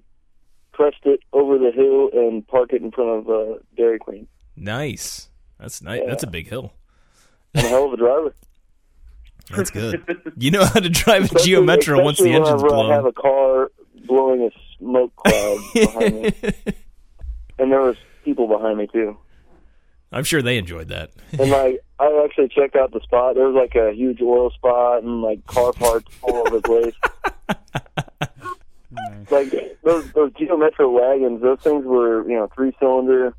G: crest it over the hill and park it in front of uh, Dairy Queen.
D: nice. That's nice. That's a big hill.
G: I'm a hell of a driver.
D: That's good. You know how to drive a Geo
G: Especially-
D: Metro once the
G: especially
D: engine's
G: whenever I have
D: blown.
G: a car blowing a smoke cloud behind me, and there was people behind me too.
D: I'm sure they enjoyed that.
G: And like, I actually checked out the spot. There was like a huge oil spot and like car parts all over the place. Like those those Geo Metro wagons, those things were you know three cylinder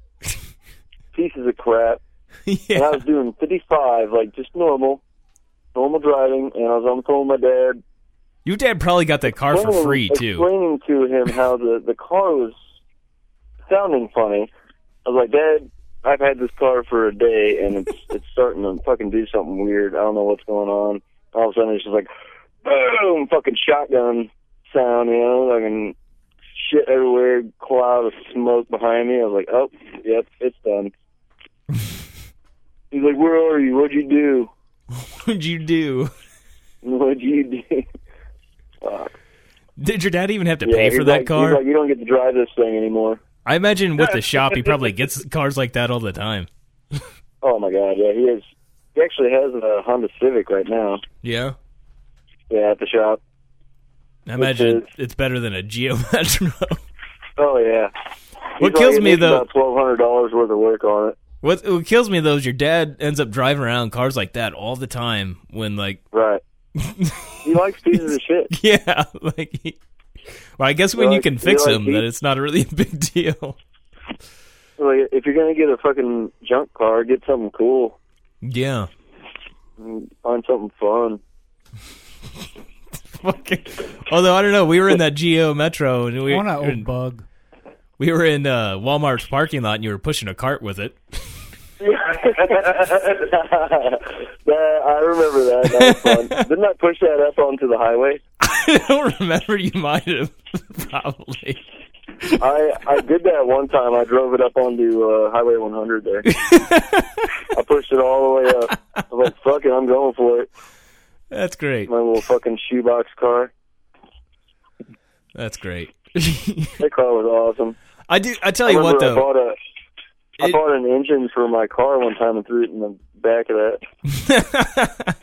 G: pieces of crap. And I
D: yeah.
G: was doing 55, like just normal, normal driving. And I was on the phone with my dad,
D: Your dad probably got that car for
G: explaining-
D: free too.
G: Explaining to him how the the car was sounding funny. I was like, Dad, I've had this car for a day, and it's it's starting to fucking do something weird. I don't know what's going on. All of a sudden, it's just like boom, fucking shotgun sound, you know, fucking shit everywhere, cloud of smoke behind me. I was like, oh, yep, it's done. He's like, where are you? What'd you do?
D: What'd you do?
G: What'd you do?
D: Did your dad even have to
G: Yeah,
D: pay
G: he's
D: for that
G: like-
D: car?
G: He's like, you don't get to drive this thing anymore.
D: I imagine with the shop, he probably gets cars like that all the time.
G: Oh my god, yeah, he is. He actually has a Honda Civic right now.
D: Yeah.
G: Yeah, at the shop.
D: I imagine
G: is-
D: it's better than a Geo Metro.
G: Oh yeah.
D: What
G: He's
D: kills
G: like,
D: me,
G: it's
D: though-
G: about twelve hundred dollars worth of work on it.
D: what, what kills me though is your dad ends up driving around cars like that all the time. When like,
G: Right. he likes pieces of shit.
D: yeah, like, he, well, I guess when
G: Well,
D: you can
G: you
D: fix
G: know,
D: them,
G: he-
D: that it's not really a big deal.
G: Like, if you're gonna get a fucking junk car, get something cool.
D: Yeah.
G: Find something fun.
D: Fucking- Although I don't know, we were in that Geo Metro and we
E: I want an
D: and
E: old bug.
D: we were in uh, Walmart's parking lot and you were pushing a cart with it.
G: That- I remember that. That was fun. Didn't I push that up onto the highway?
D: I don't remember. You might have probably.
G: I I did that one time. I drove it up onto uh, Highway 100 there. I pushed it all the way up. I was like, "Fuck it, I'm going for it."
D: That's great.
G: My little fucking shoebox car.
D: That's great.
G: That car was awesome.
D: I do. I tell
G: I
D: you what
G: remember I
D: though,
G: bought a I
D: It-
G: bought an engine for my car one time and threw it in the back of that.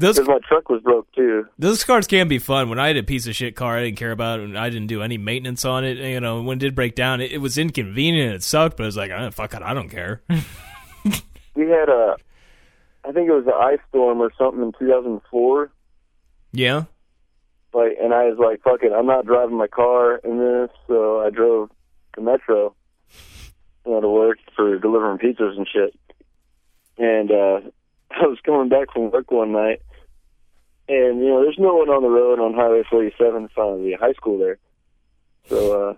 D: Those
G: because my truck was broke too.
D: those cars can be fun. When I had a piece of shit car, I didn't care about it, and I didn't do any maintenance on it. You know, when it did break down, it, it was inconvenient. It sucked, but it was like, ah, fuck it, I don't care.
G: We had a, I think it was an ice storm or something in 2004.
D: yeah,
G: Like, and I was like, "Fuck it, I'm not driving my car in this." So I drove the metro, you know, to work for delivering pizzas and shit. And uh, I was coming back from work one night, and you know, there's no one on the road on Highway 47 in front of the high school there. So uh,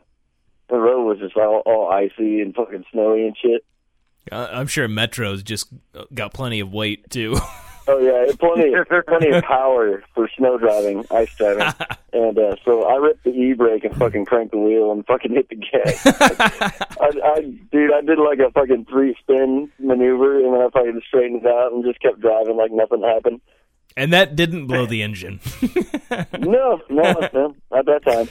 G: the road was just all, all icy and fucking snowy and shit.
D: I, I'm sure Metro's just got plenty of weight too.
G: Oh yeah, plenty, plenty of power for snow driving, ice driving, and uh, so I ripped the e brake and fucking cranked the wheel and fucking hit the gas. I, I, dude, I did like a fucking three spin maneuver and then I fucking straightened out and just kept driving like nothing happened.
D: and that didn't blow the engine.
G: No, no, no, at that time.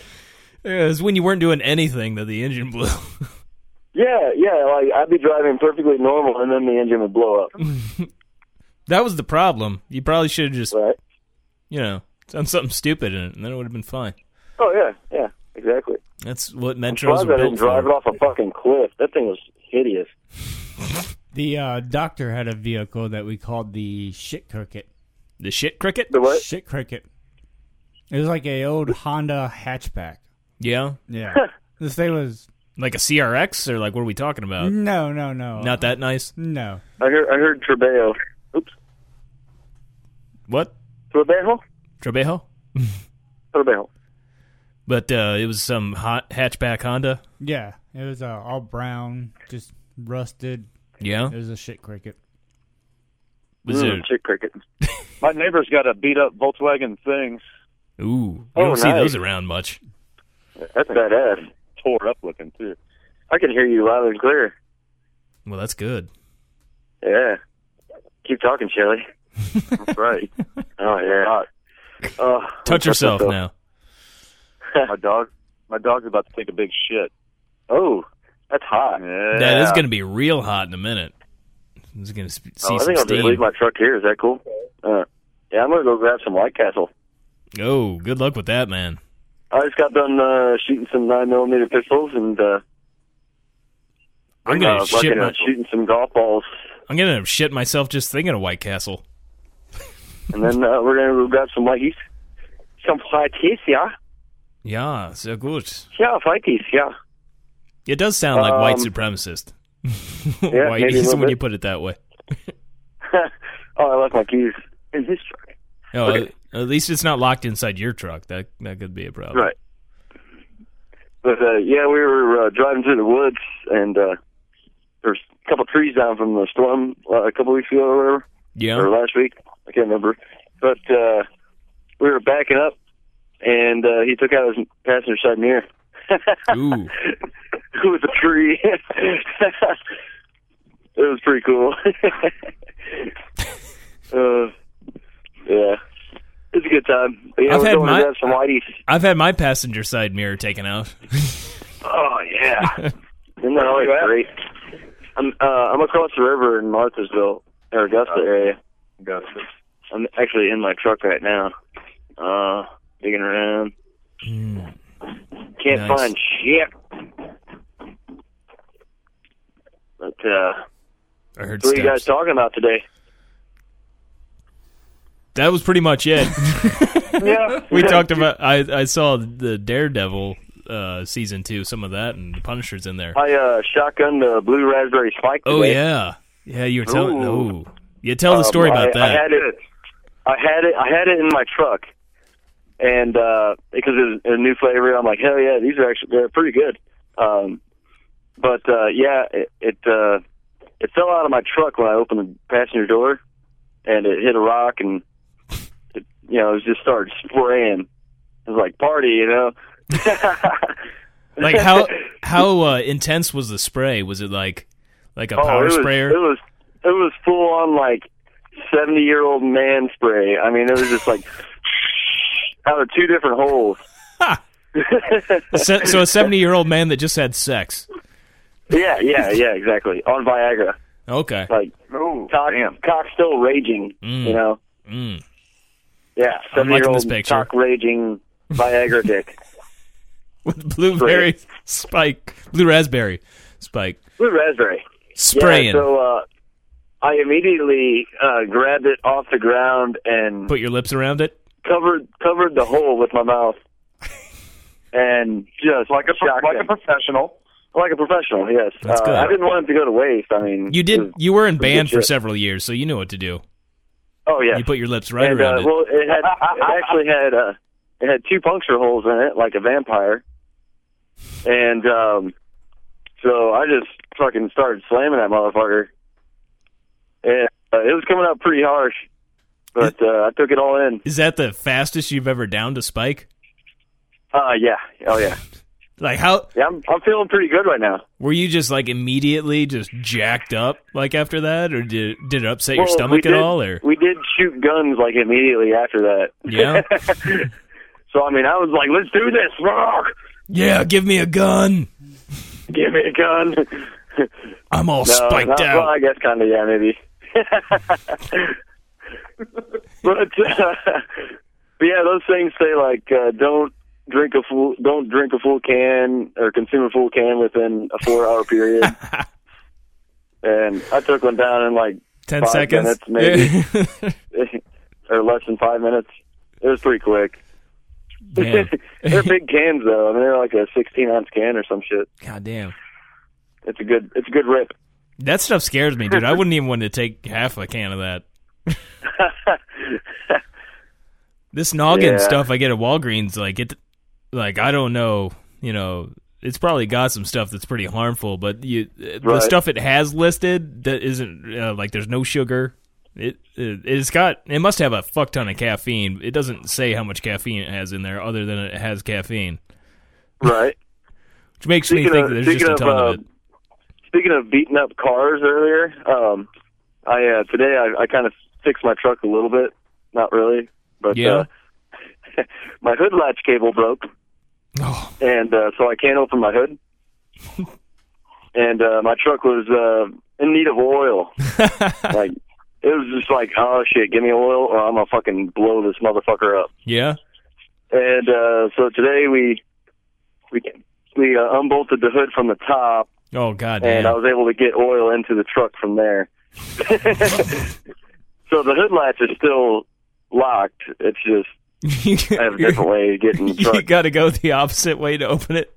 D: it was when you weren't doing anything that the engine blew.
G: Yeah, yeah, like I'd be driving perfectly normal and then the engine would blow up.
D: that was the problem. You probably should have just,
G: Right?
D: you know, done something stupid in it, and then it would have been fine.
G: Oh yeah, yeah, exactly.
D: That's what
G: I'm
D: Metro's
G: surprised I
D: were
G: didn't
D: built
G: drive it
D: for.
G: off a fucking cliff. That thing was hideous.
E: The uh, doctor had a vehicle that we called the shit cricket.
D: The shit cricket.
G: The what?
E: Shit cricket. It was like a old Honda hatchback.
D: Yeah,
E: Yeah. this thing was
D: like a CRX or like what are we talking about?
E: no, no,
G: Mm-hmm.
E: no,
D: Uh, Not that nice.
E: no.
G: I heard, I heard Trebeo. Oops,
D: What
G: Trebeo,
D: Trebejo?
G: Trebeo.
D: But uh, it was some hot hatchback Honda.
E: Yeah, it was uh, all brown, just rusted.
D: Yeah,
E: It was a shit cricket.
D: was
G: Mm,
D: it?
G: chick cricket.
F: My neighbor's got a beat up Volkswagen thing
D: Ooh, you
G: Oh,
D: don't see those
G: nice.
D: around much.
G: That's badass.
F: tore up looking too.
G: I can hear you loud and clear.
D: Well, that's good.
G: Yeah. Keep talking, Shelly.
F: That's right.
G: Oh yeah. Oh,
D: Touch yourself now.
F: my dog my dog's about to take a big shit.
G: Oh, that's hot.
F: Yeah.
D: That is going to be real hot in a minute. It's going to see
G: Oh, I
D: some
G: think I'll just
D: steam.
G: leave my truck here. Is that cool? Uh, yeah, I'm gonna go grab some White Castle.
D: Oh, good luck with that, man.
G: I just got done uh, shooting some nine millimeter pistols and uh,
D: I'm gonna
G: uh,
D: shit.
G: fucking,
D: My,
G: uh, shooting some golf balls,
D: I'm gonna shit myself just thinking of White Castle.
G: and then uh, we're gonna go grab some whiteys. Some whiteys, yeah,
D: Yeah, so good.
G: yeah, whiteys, yeah.
D: It does sound like white
G: Um,
D: supremacist.
G: maybe a
D: Whiteies
G: little
D: when
G: bit.
D: you put it that way.
G: oh, I left my keys in his truck.
D: Oh,
G: Okay.
D: uh, at least it's not locked inside your truck. That that could be a problem.
G: Right. But uh, yeah, we were uh, driving through the woods, and uh, there's a couple trees down from the storm uh, a couple weeks ago or whatever, or
D: Yeah.
G: last week. I can't remember. But uh, we were backing up, and uh, he took out his passenger side mirror.
D: Ooh.
G: it was a tree. it was pretty cool. uh, yeah. It's a good time. Yeah,
D: I've
G: we're
D: had
G: going
D: my-
G: to grab some whiteys.
D: I've had my passenger side mirror taken out.
G: Oh yeah, isn't that always great? I'm uh, I'm across the river in Marthasville or Augusta area.
F: Got it.
G: I'm actually in my truck right now, uh, digging around.
D: Nice.
G: Can't find shit. But uh,
D: I heard
G: what are you guys
D: steps.
G: talking about today?
D: That was pretty much it.
G: Yeah,
D: we talked about. I I saw the Daredevil uh, season two, some of that, and the Punisher's in there.
G: I uh, shotgunned the blue raspberry spike.
D: Oh
G: today.
D: yeah, yeah. You were telling.
G: Ooh.
D: Oh, you tell the
G: Um,
D: story
G: I-
D: about that.
G: I had it. I had it. I had it in my truck, and uh, because it was a new flavor, I'm like, hell yeah, these are actually they're pretty good. Um, but uh, yeah, it it, uh, it fell out of my truck when I opened the passenger door, and it hit a rock, and it, you know, it just started spraying. It was like party, you know.
D: like how how uh, intense was the spray? Was it like like a power
G: Oh, it was,
D: sprayer?
G: It was it was full on like seventy year old man spray. I mean, it was just like out of two different holes.
D: Se- so a seventy year old man that just had sex.
G: Yeah, yeah, yeah, exactly. On Viagra,
D: Okay.
G: like cock, cock still raging.
D: Oh, Mm.
G: You know,
D: Mm.
G: Yeah,
D: I'm
G: seven
D: liking
G: year
D: this
G: old
D: picture.
G: cock raging Viagra dick.
D: with blueberry spike, blue raspberry spike
G: Blue raspberry.
D: spraying.
G: Yeah, so uh, I immediately uh, grabbed it off the ground and
D: Put your lips around it.
G: covered covered the hole with my mouth, and just
F: Like a pro-
G: shocked
F: like a
G: him.
F: professional.
G: like a professional. Yes,
D: That's
G: uh,
D: good.
G: I didn't want it to go to waste. I mean,
D: You
G: it was-
D: did. You were in band for
G: shit.
D: several years, so you knew what to do.
G: Oh yeah,
D: You put your lips right
G: and,
D: around
G: uh,
D: it.
G: Well, it had it actually had uh, it had two puncture holes in it, like a vampire. And um, so I just fucking started slamming that motherfucker, and uh, it was coming out pretty harsh, but uh, I took it all in.
D: Is that the fastest you've ever downed a spike?
G: Uh, yeah, oh yeah,
D: Like how
G: yeah. I'm I'm feeling pretty good right now.
D: were you just like immediately just jacked up like after that, or did did it upset your
G: Well,
D: stomach
G: we
D: at
G: did-
D: all? Or
G: we did shoot guns like immediately after that.
D: Yeah?
G: so I mean, I was like, "Let's do this!"
D: yeah, give me a gun.
G: Give me a gun.
D: I'm all spiked
G: not-
D: out.
G: Well, I guess kind of, yeah, maybe. but, uh, but yeah, those things say like uh, don't drink a full don't drink a full can or consume a full can within a four hour period. and I took one down in like
D: Ten
G: five
D: seconds.
G: minutes, maybe. or less than five minutes. It was pretty quick.
D: Man.
G: they're big cans though. I mean, they're like a sixteen ounce can or some shit.
D: God damn.
G: It's a good it's a good rip.
D: That stuff scares me, dude. I wouldn't even want to take half a can of that. this noggin
G: Yeah.
D: stuff I get at Walgreens, like it, like I don't know, you know, it's probably got some stuff that's pretty harmful, but you, the
G: Right.
D: stuff it has listed that isn't uh, like there's no sugar. It, it it's got it must have a fuck ton of caffeine. It doesn't say how much caffeine it has in there, other than it has caffeine,
G: Right.
D: which makes me think that there's just a ton
G: uh,
D: of, it.
G: Speaking of beating up cars earlier, um, I uh, today I, I kind of fixed my truck a little bit, not really, but
D: Yeah.
G: uh, my hood latch cable broke,
D: Oh,
G: and uh, so I can't open my hood. and uh, my truck was uh, in need of oil. like it was just like, oh shit, give me oil, or I'm gonna fucking blow this motherfucker up.
D: yeah,
G: And uh, so today we we we uh, unbolted the hood from the top
D: oh god
G: and I
D: damn,
G: was able to get oil into the truck from there. so the hood latch is still locked. It's just I have a different way of getting the
D: you
G: truck.
D: got to go the opposite way to open it.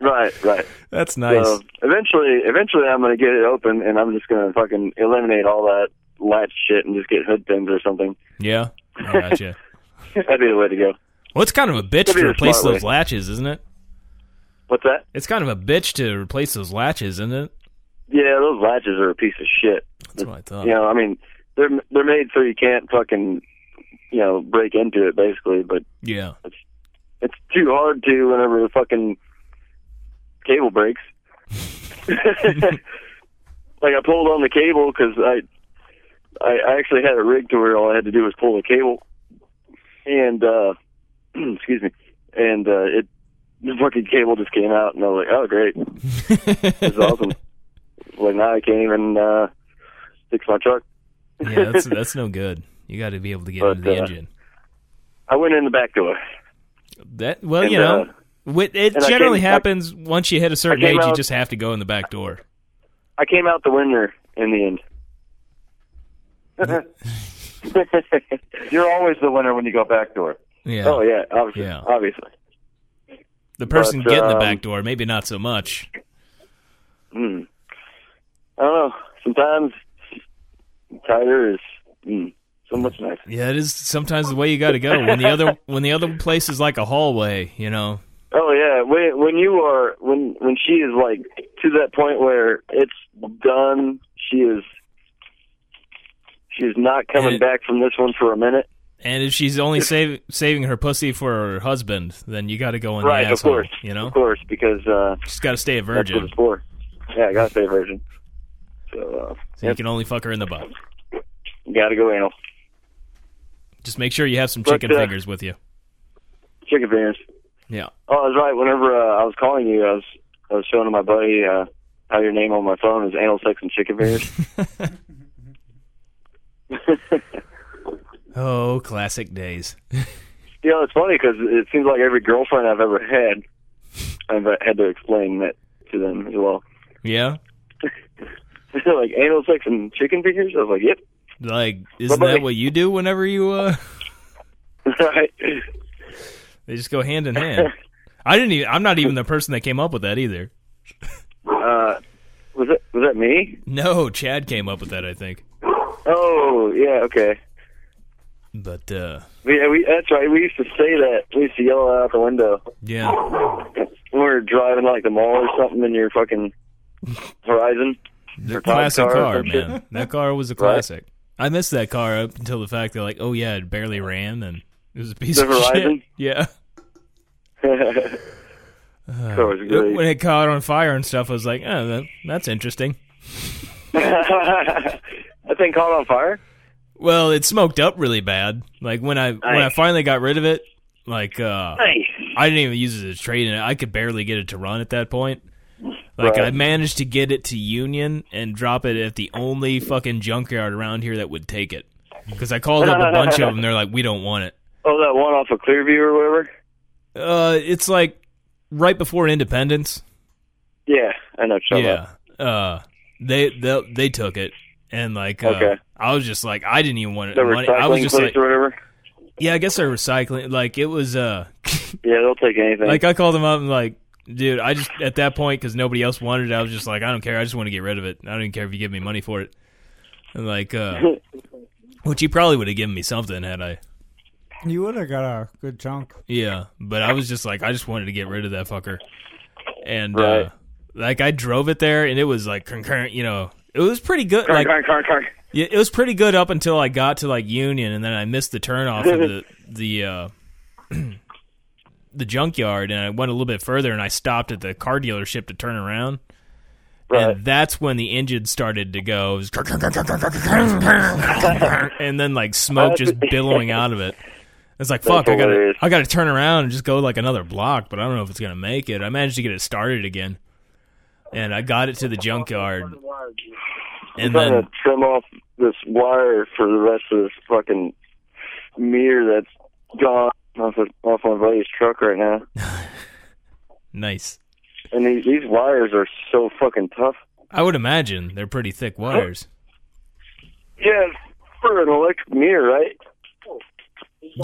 G: Right, right.
D: That's nice.
G: So eventually, eventually, I'm gonna get it open, and I'm just gonna fucking eliminate all that latch shit and just get hood pins or something.
D: yeah, I gotcha.
G: That'd be the way to go.
D: well, it's kind of a bitch
G: That'd be
D: to
G: the
D: replace
G: smart
D: those
G: way.
D: latches, isn't it?
G: What's that?
D: It's kind of a bitch to replace those latches, isn't it?
G: Yeah, those latches are a piece of shit.
D: That's what I thought.
G: You know, I mean, they're they're made so you can't fucking you know break into it basically, but
D: Yeah.
G: It's too hard to whenever the fucking cable breaks. like I pulled on the cable because I, I I actually had it rigged to where all I had to do was pull the cable, and uh excuse me, and uh it the fucking cable just came out, and I was like, oh great, this is awesome. like now I can't even uh fix my truck.
D: yeah, that's that's no good. You got to be able to get
G: But,
D: into the
G: uh,
D: engine.
G: I went in the back door.
D: That well,
G: and,
D: you know,
G: uh,
D: wi- it
G: and I
D: generally
G: came- I-
D: happens once you hit a certain
G: I came
D: age. you
G: out-
D: just have to go in the back door.
G: I came out the winner in the end.
F: You're always the winner when you go backdoor.
D: Yeah,
G: Oh yeah, obviously.
D: Yeah.
G: Obviously.
D: the person
G: but,
D: getting the
G: um,
D: back door, maybe not so much.
G: Mm. I don't know. Sometimes Tyler is mm, so much nicer.
D: Yeah, it is sometimes the way you got to go when the other when the other place is like a hallway. You know,
G: Oh yeah, when when you are when when she is like to that point where it's done, she is she is not coming
D: And-
G: back from this one for a minute.
D: and if she's only save, saving her pussy for her husband, then you got to go in
G: Right,
D: the
G: of
D: asshole.
G: course.
D: You know,
G: Of course, because uh
D: she's got to stay a
G: that's what
D: virgin,
G: it's for. Yeah, I gotta say virgin. So uh
D: so you can only fuck her in the butt.
G: gotta go anal.
D: Just make sure you have some
G: But,
D: chicken
G: uh,
D: fingers with you.
G: Chicken fingers.
D: Yeah.
G: Oh, that's right. Whenever uh, I was calling you, I was I was showing my buddy uh, how your name on my phone is anal sex and chicken fingers.
D: Oh, classic days.
G: You know, it's funny because it seems like every girlfriend I've ever had, I've uh, had to explain that to them as well.
D: Yeah.
G: They're like anal sex and chicken fingers. I was like, yep,
D: Like, isn't
G: Bye-bye.
D: that what you do whenever you uh?
G: right.
D: They just go hand in hand. I didn't. Even, I'm not even the person that came up with that either.
G: Uh, was that was that me?
D: No, Chad came up with that. I think.
G: Oh yeah, okay.
D: But uh,
G: We, yeah, we that's right. We used to say that. We used to yell that out the window
D: yeah,
G: when we were driving like the mall or something in your fucking Horizon.
D: the
G: Or
D: classic
G: Top Car or
D: car,
G: some shit.
D: man. That car was a
G: Right.
D: classic. I missed that car up until the fact that like, oh yeah, it barely ran and it was a piece
G: The
D: of shit.
G: Horizon?
D: Yeah.
G: that was great.
D: Uh, When it caught on fire and stuff, I was like, oh, that, that's interesting.
G: that thing caught on fire.
D: Well, it smoked up really bad. Like when I when I
G: Nice.
D: finally got rid of it, like uh
G: Nice.
D: I didn't even use it as a trade in. I could barely get it to run at that point. Like
G: Right.
D: I managed to get it to Union and drop it at the only fucking junkyard around here that would take it. Because I called up a bunch of them. They're like, "We don't want it."
G: Oh, that one off of Clearview or whatever.
D: Uh, it's like right before Independence.
G: Yeah, I know. Shut up.
D: yeah. Uh, they they they took it and like uh,
G: Okay.
D: I was just like, I didn't even want it.
G: The
D: money. I was
G: recycling place
D: just like,
G: or whatever.
D: yeah, I guess they're recycling. Like it was uh.
G: Yeah, they'll take anything.
D: Like I called him up and like, dude, I just at that point because nobody else wanted it, I was just like, I don't care, I just want to get rid of it. I don't even care if you give me money for it. And like, uh, which he probably would have given me something had I,
E: You would have got a good chunk.
D: yeah. But I was just like, I just wanted to get rid of that fucker. And uh,
G: Right.
D: like I drove it there and it was like concurrent, you know, it was pretty good.
G: Car,
D: Like
G: car, car, car.
D: yeah, it was pretty good up until I got to like Union, and then I missed the turnoff of the the uh, the junkyard, and I went a little bit further, and I stopped at the car dealership to turn around,
G: Right.
D: and that's when the engine started to go, It was and then like smoke just billowing out of it. It's like fuck, I gotta
G: hilarious.
D: I gotta turn around and just go like another block, but I don't know if it's gonna make it. I managed to get it started again, and I got it to the junkyard,
G: I'm
D: and
G: trying
D: then
G: to trim off this wire for the rest of this fucking mirror that's gone off of, off my buddy's truck right now.
D: nice.
G: And these, these wires are so fucking tough.
D: I would imagine they're pretty
G: Oh.
D: thick wires.
G: Yeah, for an electric mirror, right?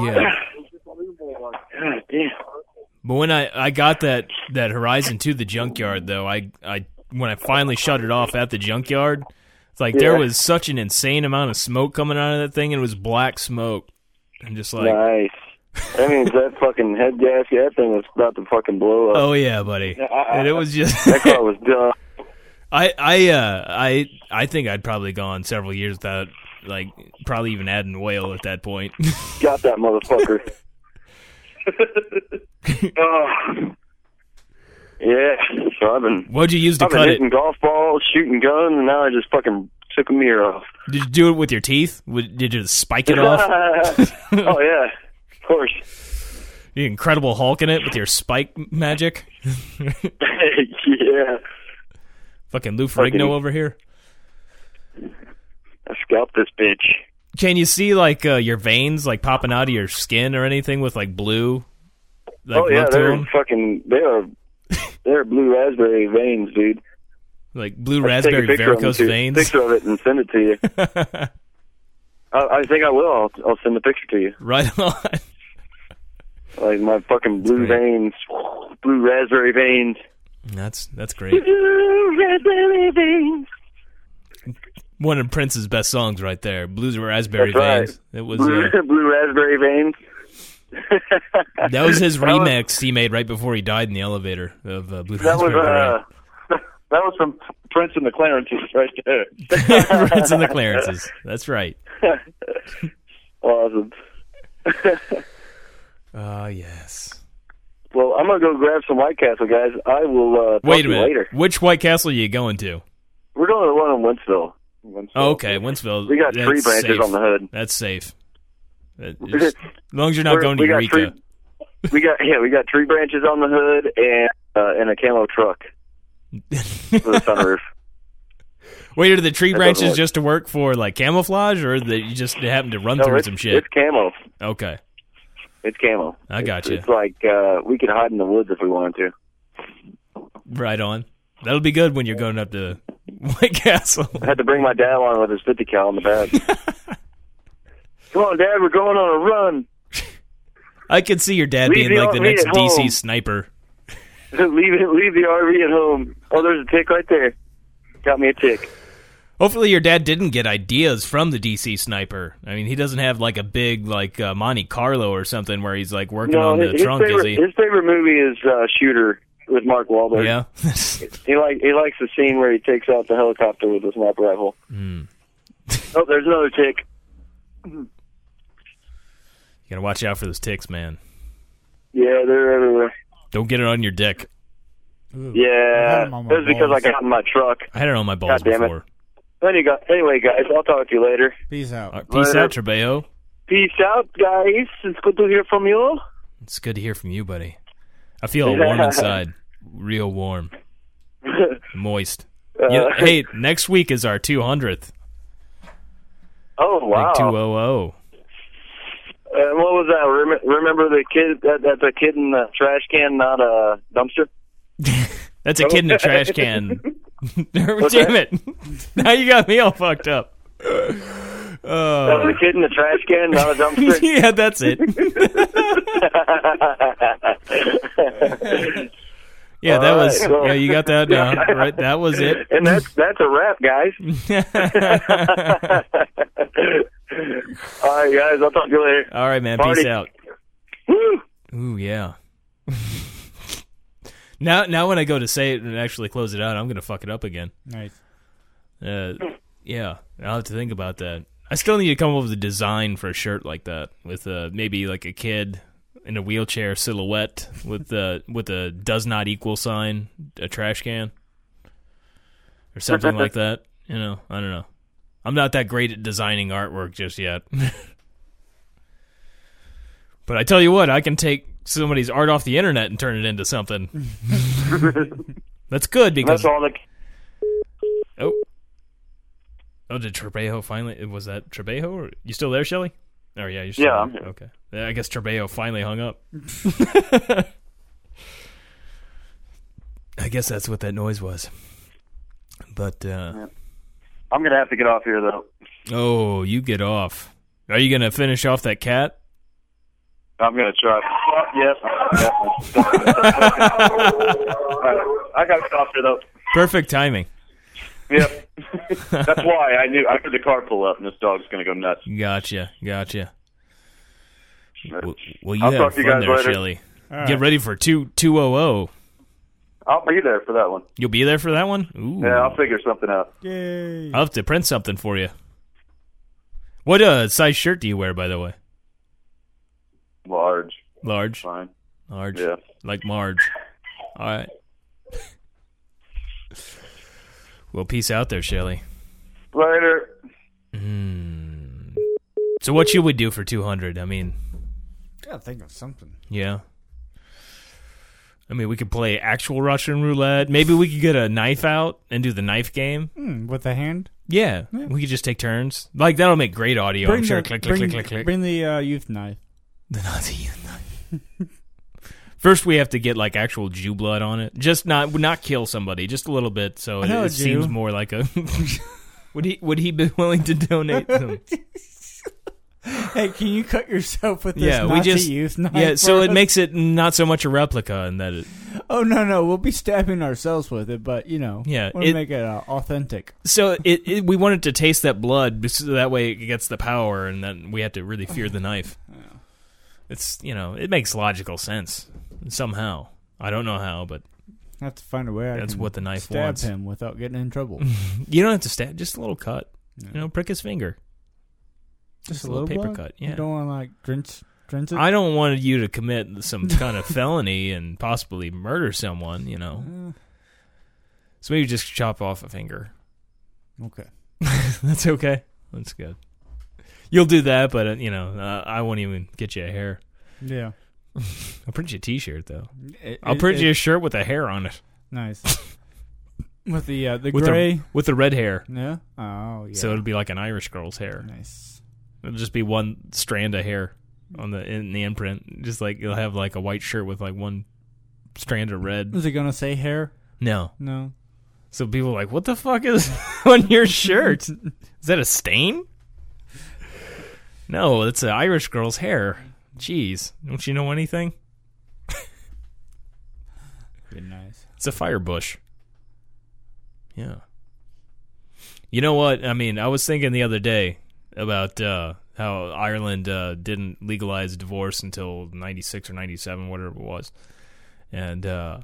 D: Yeah.
G: God damn.
D: But when I, I got that, that Horizon to the junkyard though, I I when I finally shut it off at the junkyard, it's like there
G: Yeah.
D: was such an insane amount of smoke coming out of that thing and it was black smoke. And just like
G: nice. That means that fucking head gasket, that thing was about to fucking blow up.
D: Oh yeah, buddy.
G: I-
D: And it was just
G: That car was done.
D: I I uh I I think I'd probably gone several years without like probably even adding oil at that point.
G: Got that motherfucker. oh. Yeah, so I've been
D: What'd you use to
G: I've been
D: cut it?
G: hitting golf balls, shooting guns, and now I just fucking took a mirror off.
D: Did you do it with your teeth? Would- Did you just spike it off?
G: oh yeah, of course.
D: the Incredible Hulk in it with your spike magic.
G: yeah,
D: Fucking Lou Ferrigno
G: Fucking-
D: over here.
G: I scalped this bitch.
D: Can you see like uh, your veins like popping out of your skin or anything with like blue? Like,
G: oh yeah,
D: look to
G: they're
D: 'em?
G: fucking they are they're blue raspberry veins, dude.
D: like blue
G: I should take a
D: raspberry
G: picture of them,
D: varicose
G: too.
D: veins.
G: Picture of it and send it to you. I, I think I will. I'll, I'll send a picture to you.
D: right on.
G: Like my fucking blue
D: great.
G: veins, blue raspberry veins,
D: That's that's great.
G: blue raspberry veins.
D: One of Prince's best songs right there. Blues and raspberry
G: That's right.
D: veins. It was
G: Blue,
D: uh,
G: blue raspberry veins.
D: that was his
G: That was-
D: remix he made right before he died in the elevator of uh, Blue
G: That was
D: Raspberry
G: uh, that was from
F: Prince and the Clarences right there.
D: Vein. Prince and the Clarences. That's right.
G: awesome.
D: Ah yes.
G: Well, I'm gonna go grab some White Castle, guys. I will uh, talk
D: Wait
G: to
D: a
G: you
D: minute.
G: later.
D: Which White Castle are you going to?
G: We're going to the one in Wentzville. Wentzville.
D: Oh, okay, Winsville.
G: We got
D: that's
G: tree branches
D: safe.
G: on the hood.
D: That's safe. That- it's- as long as you're not
G: We're-
D: going to
G: we got
D: Eureka.
G: tree- we got yeah, we got tree branches on the hood and uh, and a camo truck for the sunroof.
D: Wait, are the tree
G: That
D: branches
G: doesn't work.
D: just to work for like camouflage, or that you just happen to run
G: No,
D: through
G: it's,
D: some shit?
G: it's camo.
D: Okay,
G: It's camo.
D: I got
G: It's,
D: you.
G: it's like uh, we could hide in the woods if we wanted to.
D: Right on. That'll be good when you're going up to White Castle.
G: I had to bring my dad along with his 50 cal in the bag. Come on, Dad, we're going on a run.
D: I could see your dad being
G: Leave the
D: like the
G: army
D: next
G: at home.
D: DC sniper.
G: leave it, leave the RV at home. Oh, there's a tick right there. Got me a tick.
D: Hopefully, your dad didn't get ideas from the DC sniper. I mean, he doesn't have like a big like uh, Monte Carlo or something where he's like working
G: No,
D: on
G: his,
D: the
G: his
D: trunk, is
G: favorite
D: he?
G: his favorite movie is uh, Shooter with Mark Wahlberg.
D: yeah.
G: He like he likes the scene where he takes out the helicopter with a sniper rifle.
D: Hmm.
G: oh, there's another tick.
D: You gotta watch out for those ticks, man.
G: Yeah, they're everywhere.
D: Don't get it on your dick.
E: Ooh. I had
G: Yeah,
E: 'em on
G: it
E: my
G: was because I
E: balls.
G: got in my truck.
D: I had it on my balls
G: God damn it.
D: before.
G: Anyway, gu- anyway, guys, I'll talk to you later.
E: Peace out.
D: All right, Uh, peace
G: Later.
D: out, Trebejo.
G: Peace out, guys. It's good to hear from you.
D: It's good to hear from you, buddy. I feel all warm inside, real warm, moist. You-
G: Uh,
D: hey, next week is our 200th.
G: Oh wow!
D: Like oh. 200.
G: And what was that? Rem- remember the kid that that's a kid in the trash can, not a dumpster.
D: That's a kid in a trash can. Damn
G: that?
D: it. now you got me all fucked up.
G: That
D: Oh.
G: was a kid in the trash can, not a dumpster.
D: Uh, yeah, that's it. Yeah, that
G: All right,
D: was.
G: well-
D: Yeah, you got that down. Right, that was it.
G: and that's that's a wrap, guys. All right, guys. I'll talk to you later.
D: All right, man. Peace
G: Party.
D: out.
G: Woo!
D: Ooh, yeah. now, now when I go to say it and actually close it out, I'm gonna fuck it up again.
E: Nice.
D: Uh, yeah, I'll have to think about that. I still need to come up with a design for a shirt like that, with uh, maybe like a kid in a wheelchair silhouette with the with a does not equal sign, a trash can, or something like that. You know, I don't know. I'm not that great at designing artwork just yet. but I tell you what, I can take somebody's art off the internet and turn it into something. That's good because
G: That's all the.
D: Oh. Oh, did Trebejo finally? Was that Trebejo? Or, you still there, Shelly? Oh, yeah, you're still
G: Yeah, I'm
D: there.
G: here.
D: Okay. Yeah, I guess Trebejo finally hung up. I guess that's what that noise was. But, uh,
G: I'm gonna have to get off here though.
D: oh, you get off. Are you going to finish off that cat?
G: I'm gonna try. Yep. yep. All right, I gotta get off here though.
D: Perfect timing.
F: Yep. That's why I knew I heard the car pull up and this dog's gonna go nuts.
D: Gotcha. Gotcha. Well, well you
F: I'll
D: have
F: talk to
D: fun
F: you guys
D: there,
F: later.
D: Shelly.
E: All
D: Get
E: right.
D: ready for two two oh oh.
F: I'll be there for that one.
D: You'll be there for that one? Ooh.
F: Yeah, I'll figure something out.
E: Yay.
D: I'll have to print something for you. What uh, size shirt do you wear, by the way?
F: Large,
D: Large,
F: fine.
D: large,
F: Yeah.
D: like Marge. All right. well, peace out there, Shelly.
F: Later.
D: So, what you would do for two hundred? I mean,
E: gotta think of something.
D: yeah. I mean, we could play actual Russian roulette. Maybe we could get a knife out and do the knife game.
E: Hmm, with a hand.
D: Yeah, we could just take turns. Like that'll make great audio. I'm sure.
E: the,
D: click, click, click,
E: bring,
D: click, click.
E: Bring the uh, youth knife.
D: The Nazi youth knife. First, we have to get like actual Jew blood on it. Just not would not kill somebody. Just a little bit, so
E: I
D: it,
E: know a
D: it
E: Jew.
D: seems more like a. would he would he be willing to donate? Them?
E: Hey, can you cut yourself with this
D: yeah, we
E: Nazi
D: just
E: youth knife?
D: yeah. So
E: for
D: it
E: us?
D: makes it not so much a replica, and that it,
E: Oh no, no, we'll be stabbing ourselves with it, but you know,
D: Yeah,
E: we'll
D: it-
E: make it uh, authentic.
D: so it, it we wanted to taste that blood so that way it gets the power, and then we have to really fear the knife. It's you know it makes logical sense somehow. I don't know how, but
E: I have to find a way. I
D: That's
E: can
D: what the knife
E: stab
D: wants.
E: him without getting in trouble.
D: you don't have to stab. Just a little cut. You know, prick his finger.
E: Just
D: a little paper
E: blood?
D: cut, yeah.
E: You don't want to like drench, drench it.
D: I don't want you to commit some kind of felony and possibly murder someone, you
E: Uh,
D: know. So maybe just chop off a finger.
E: okay.
D: That's okay. That's good. You'll do that, but uh, you know, uh, I won't even get you a hair.
E: Yeah.
D: I'll print you a T-shirt though.
E: It-
D: I'll
E: it-
D: print
E: it-
D: you a shirt with a hair on it.
E: Nice. with the uh, the
D: with
E: gray.
D: the with the red hair.
E: yeah. Oh yeah.
D: So it'll be like an Irish girl's hair.
E: nice.
D: It'll just be one strand of hair on the in the imprint. Just like you'll have like a white shirt with like one strand of red.
E: Is it gonna say hair?
D: No.
E: No.
D: So people are like, what the fuck is on your shirt? Is that a stain? No, it's an Irish girl's hair. Jeez, don't you know anything?
E: Be nice.
D: It's a fire bush. Yeah. You know what? I mean, I was thinking the other day about uh, how Ireland uh, didn't legalize divorce until 96 or 97, whatever it was. And uh,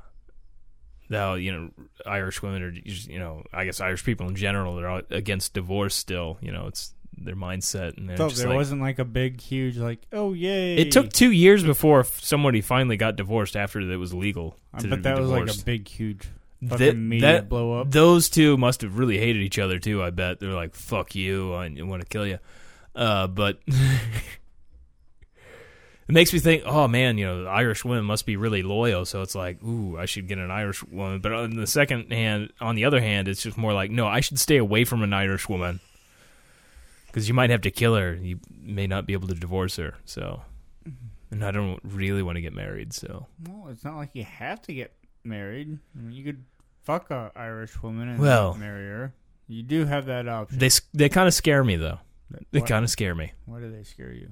D: how, you know, Irish women are, just, you know, I guess Irish people in general, they're all against divorce still. You know, it's their mindset. And they're
E: So
D: just
E: there
D: like-
E: wasn't like a big, huge, like, oh yay!
D: It took two years before somebody finally got divorced after it was legal.
E: I
D: to
E: bet that
D: be
E: was like
D: divorced.
E: a big, huge fucking
D: Th-
E: media blow up.
D: Those two must have really hated each other too. I bet they're like, "Fuck you! I want to kill you." Uh, but it makes me think. Oh man, you know, the Irish women must be really loyal. So it's like, ooh, I should get an Irish woman. But on the second hand, on the other hand, it's just more like, no, I should stay away from an Irish woman because you might have to kill her. You may not be able to divorce her. So, and I don't really want to get married. So,
E: well, it's not like you have to get married. I mean, you could fuck a Irish woman and
D: Well-
E: marry her. You do have that option.
D: they s- they kind of scare me though. They
E: Why-
D: kind of scare me.
E: Why do they scare you?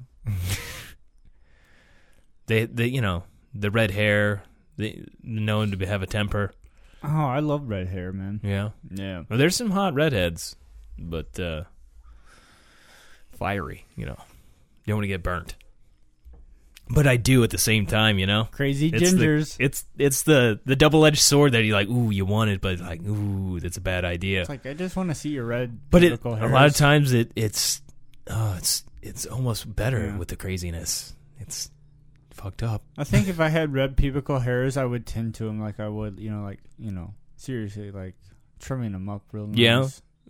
D: they, they you know the red hair they known to be- have a temper
E: Oh, I love red hair, man.
D: yeah
E: Yeah.
D: well, there's some hot redheads but uh fiery you know you don't want to get burnt but i do at the same time you know
E: Crazy
D: it's
E: gingers.
D: the, it's it's the the double-edged sword that you like ooh you want it but like ooh that's a bad idea
E: it's like I just want to see your red.
D: but it,
E: vertical
D: a
E: hairs.
D: lot of times it it's oh it's it's almost better
E: Yeah.
D: with the craziness it's fucked up
E: I think if I had red pubical hairs, I would tend to them like I would, you know, like you know, seriously, like trimming them up real nice.
D: Yeah?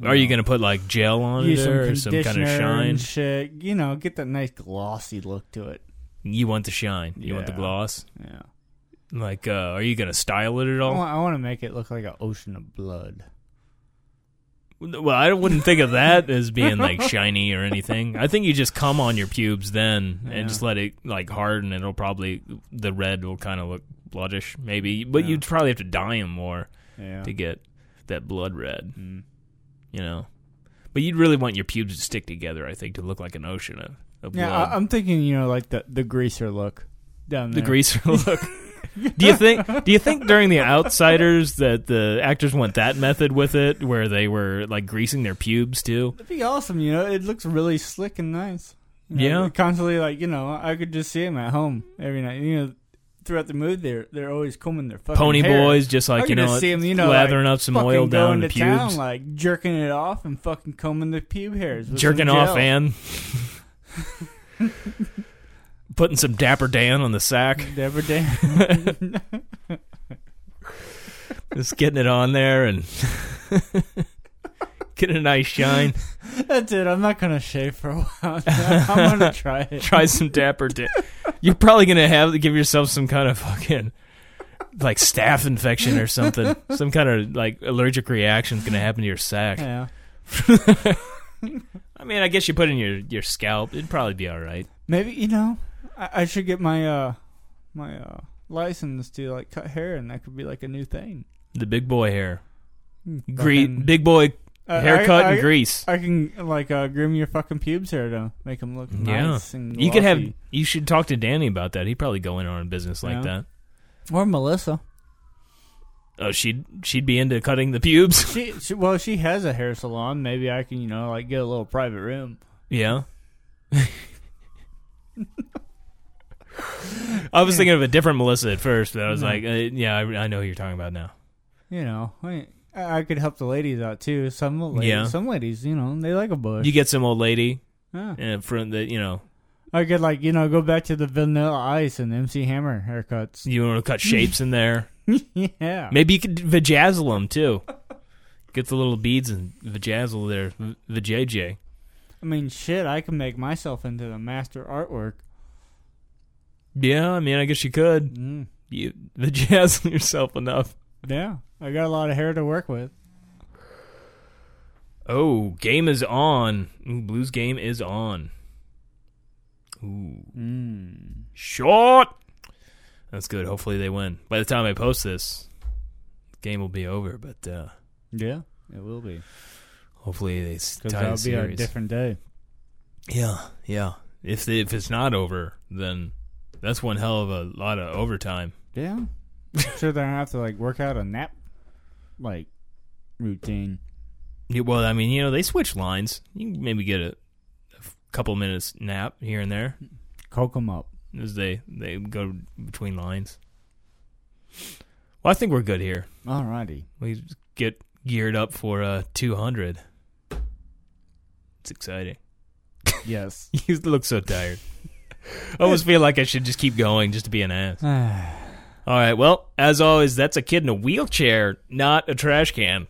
D: Are you
E: know.
D: gonna put like gel on it
E: use some
D: there or some
E: conditioner
D: kind of shine?
E: and shit? You know, get that nice glossy look to it.
D: You want the shine. You want the
E: Yeah.
D: gloss.
E: Yeah,
D: Like, uh, are you gonna style it at
E: I
D: all?
E: want, I want to make it look like an ocean of blood.
D: Well, I wouldn't think of that as being like shiny or anything. I think you just come on your pubes then
E: Yeah.
D: and just let it like harden. It'll probably the red will kind of look bloodish, maybe. But
E: Yeah.
D: you'd probably have to dye them more
E: Yeah,
D: to get that blood red.
E: Mm.
D: You know. But you'd really want your pubes to stick together, I think, to look like an ocean of, of
E: yeah.
D: blood.
E: I, I'm thinking, you know, like the the greaser look down
D: the
E: there.
D: greaser look. do you think? Do you think during the Outsiders that the actors went that method with it, where they were like greasing their pubes too?
E: That'd be awesome. You know, it looks really slick and nice. You know,
D: Yeah.
E: constantly like you know, I could just see them at home every night. You know, throughout the movie, they're they're always combing their fucking
D: Pony
E: hair.
D: boys, just
E: I
D: like you
E: could
D: know,
E: just see 'em, you know,
D: lathering
E: like,
D: up some
E: fucking
D: oil down
E: going
D: the
E: to town,
D: pubes,
E: like jerking it off and fucking combing the pube hairs, with
D: jerking
E: some
D: off,
E: gel.
D: and putting some Dapper Dan on the sack,
E: Dapper Dan.
D: just getting it on there and getting a nice shine.
E: That's it. I'm not gonna shave for a while. I'm gonna try it.
D: try some dapper Dan. You're probably gonna have to give yourself some kind of fucking like staph infection or something. Some kind of like allergic reaction's gonna happen to your sack.
E: Yeah.
D: I mean, I guess you put in your your scalp. It'd probably be all right.
E: Maybe you know, I, I should get my uh my uh license to like cut hair, and that could be like a new thing.
D: The big boy hair, Gre-
E: Hmm, Fucking-
D: big boy
E: Uh, I-
D: haircut
E: I,
D: and
E: I-
D: grease.
E: I can like uh, groom your fucking pubes hair to make them look
D: Yeah.
E: nice and
D: You could have.
E: glossy.
D: You should talk to Danny about that. He'd probably go in on a business like
E: Yeah.
D: that.
E: or Melissa.
D: Oh, she'd she'd be into cutting the pubes.
E: She, she well, she has a hair salon. Maybe I can you know like get a little private room.
D: yeah. I was thinking of a different Melissa at first, but I was like, uh, yeah, I, I know who you're talking about now.
E: You know, I, I could help the ladies out too. Some ladies,
D: Yeah.
E: some ladies, you know, they like a bush.
D: You get some old lady
E: Yeah.
D: in front that you know
E: I could like you know go back to the Vanilla Ice and MC Hammer haircuts.
D: you want to cut shapes in there.
E: yeah,
D: Maybe you could vajazzle them too. Get the little beads and vajazzle their v- vajayjay.
E: I mean shit, I can make myself into the master artwork.
D: Yeah, I mean, I guess you could
E: Mm.
D: you vajazzle yourself enough.
E: Yeah, I got a lot of hair to work with.
D: Oh, game is on. Ooh, Blues game is on. Ooh. Short! That's good. Hopefully they win. By the time I post this, the game will be over, but uh,
E: Yeah, it will be
D: hopefully they s-
E: because
D: tie
E: that'll
D: the
E: be a
D: series.
E: different day.
D: yeah, yeah. If, if it's not over, then that's one hell of a lot of overtime.
E: Yeah, sure. They don't have to like work out a nap like routine.
D: Yeah, well, I mean, you know, they switch lines. You can maybe get a, a f- couple minutes nap here and there
E: Coke 'em up.
D: as they they go between lines. Well, I think we're good here.
E: Alrighty.
D: We get geared up for uh, 200. It's exciting.
E: Yes.
D: You look so tired. I almost feel like I should just keep going just to be an ass. All right. Well, as always, that's a kid in a wheelchair, not a trash can.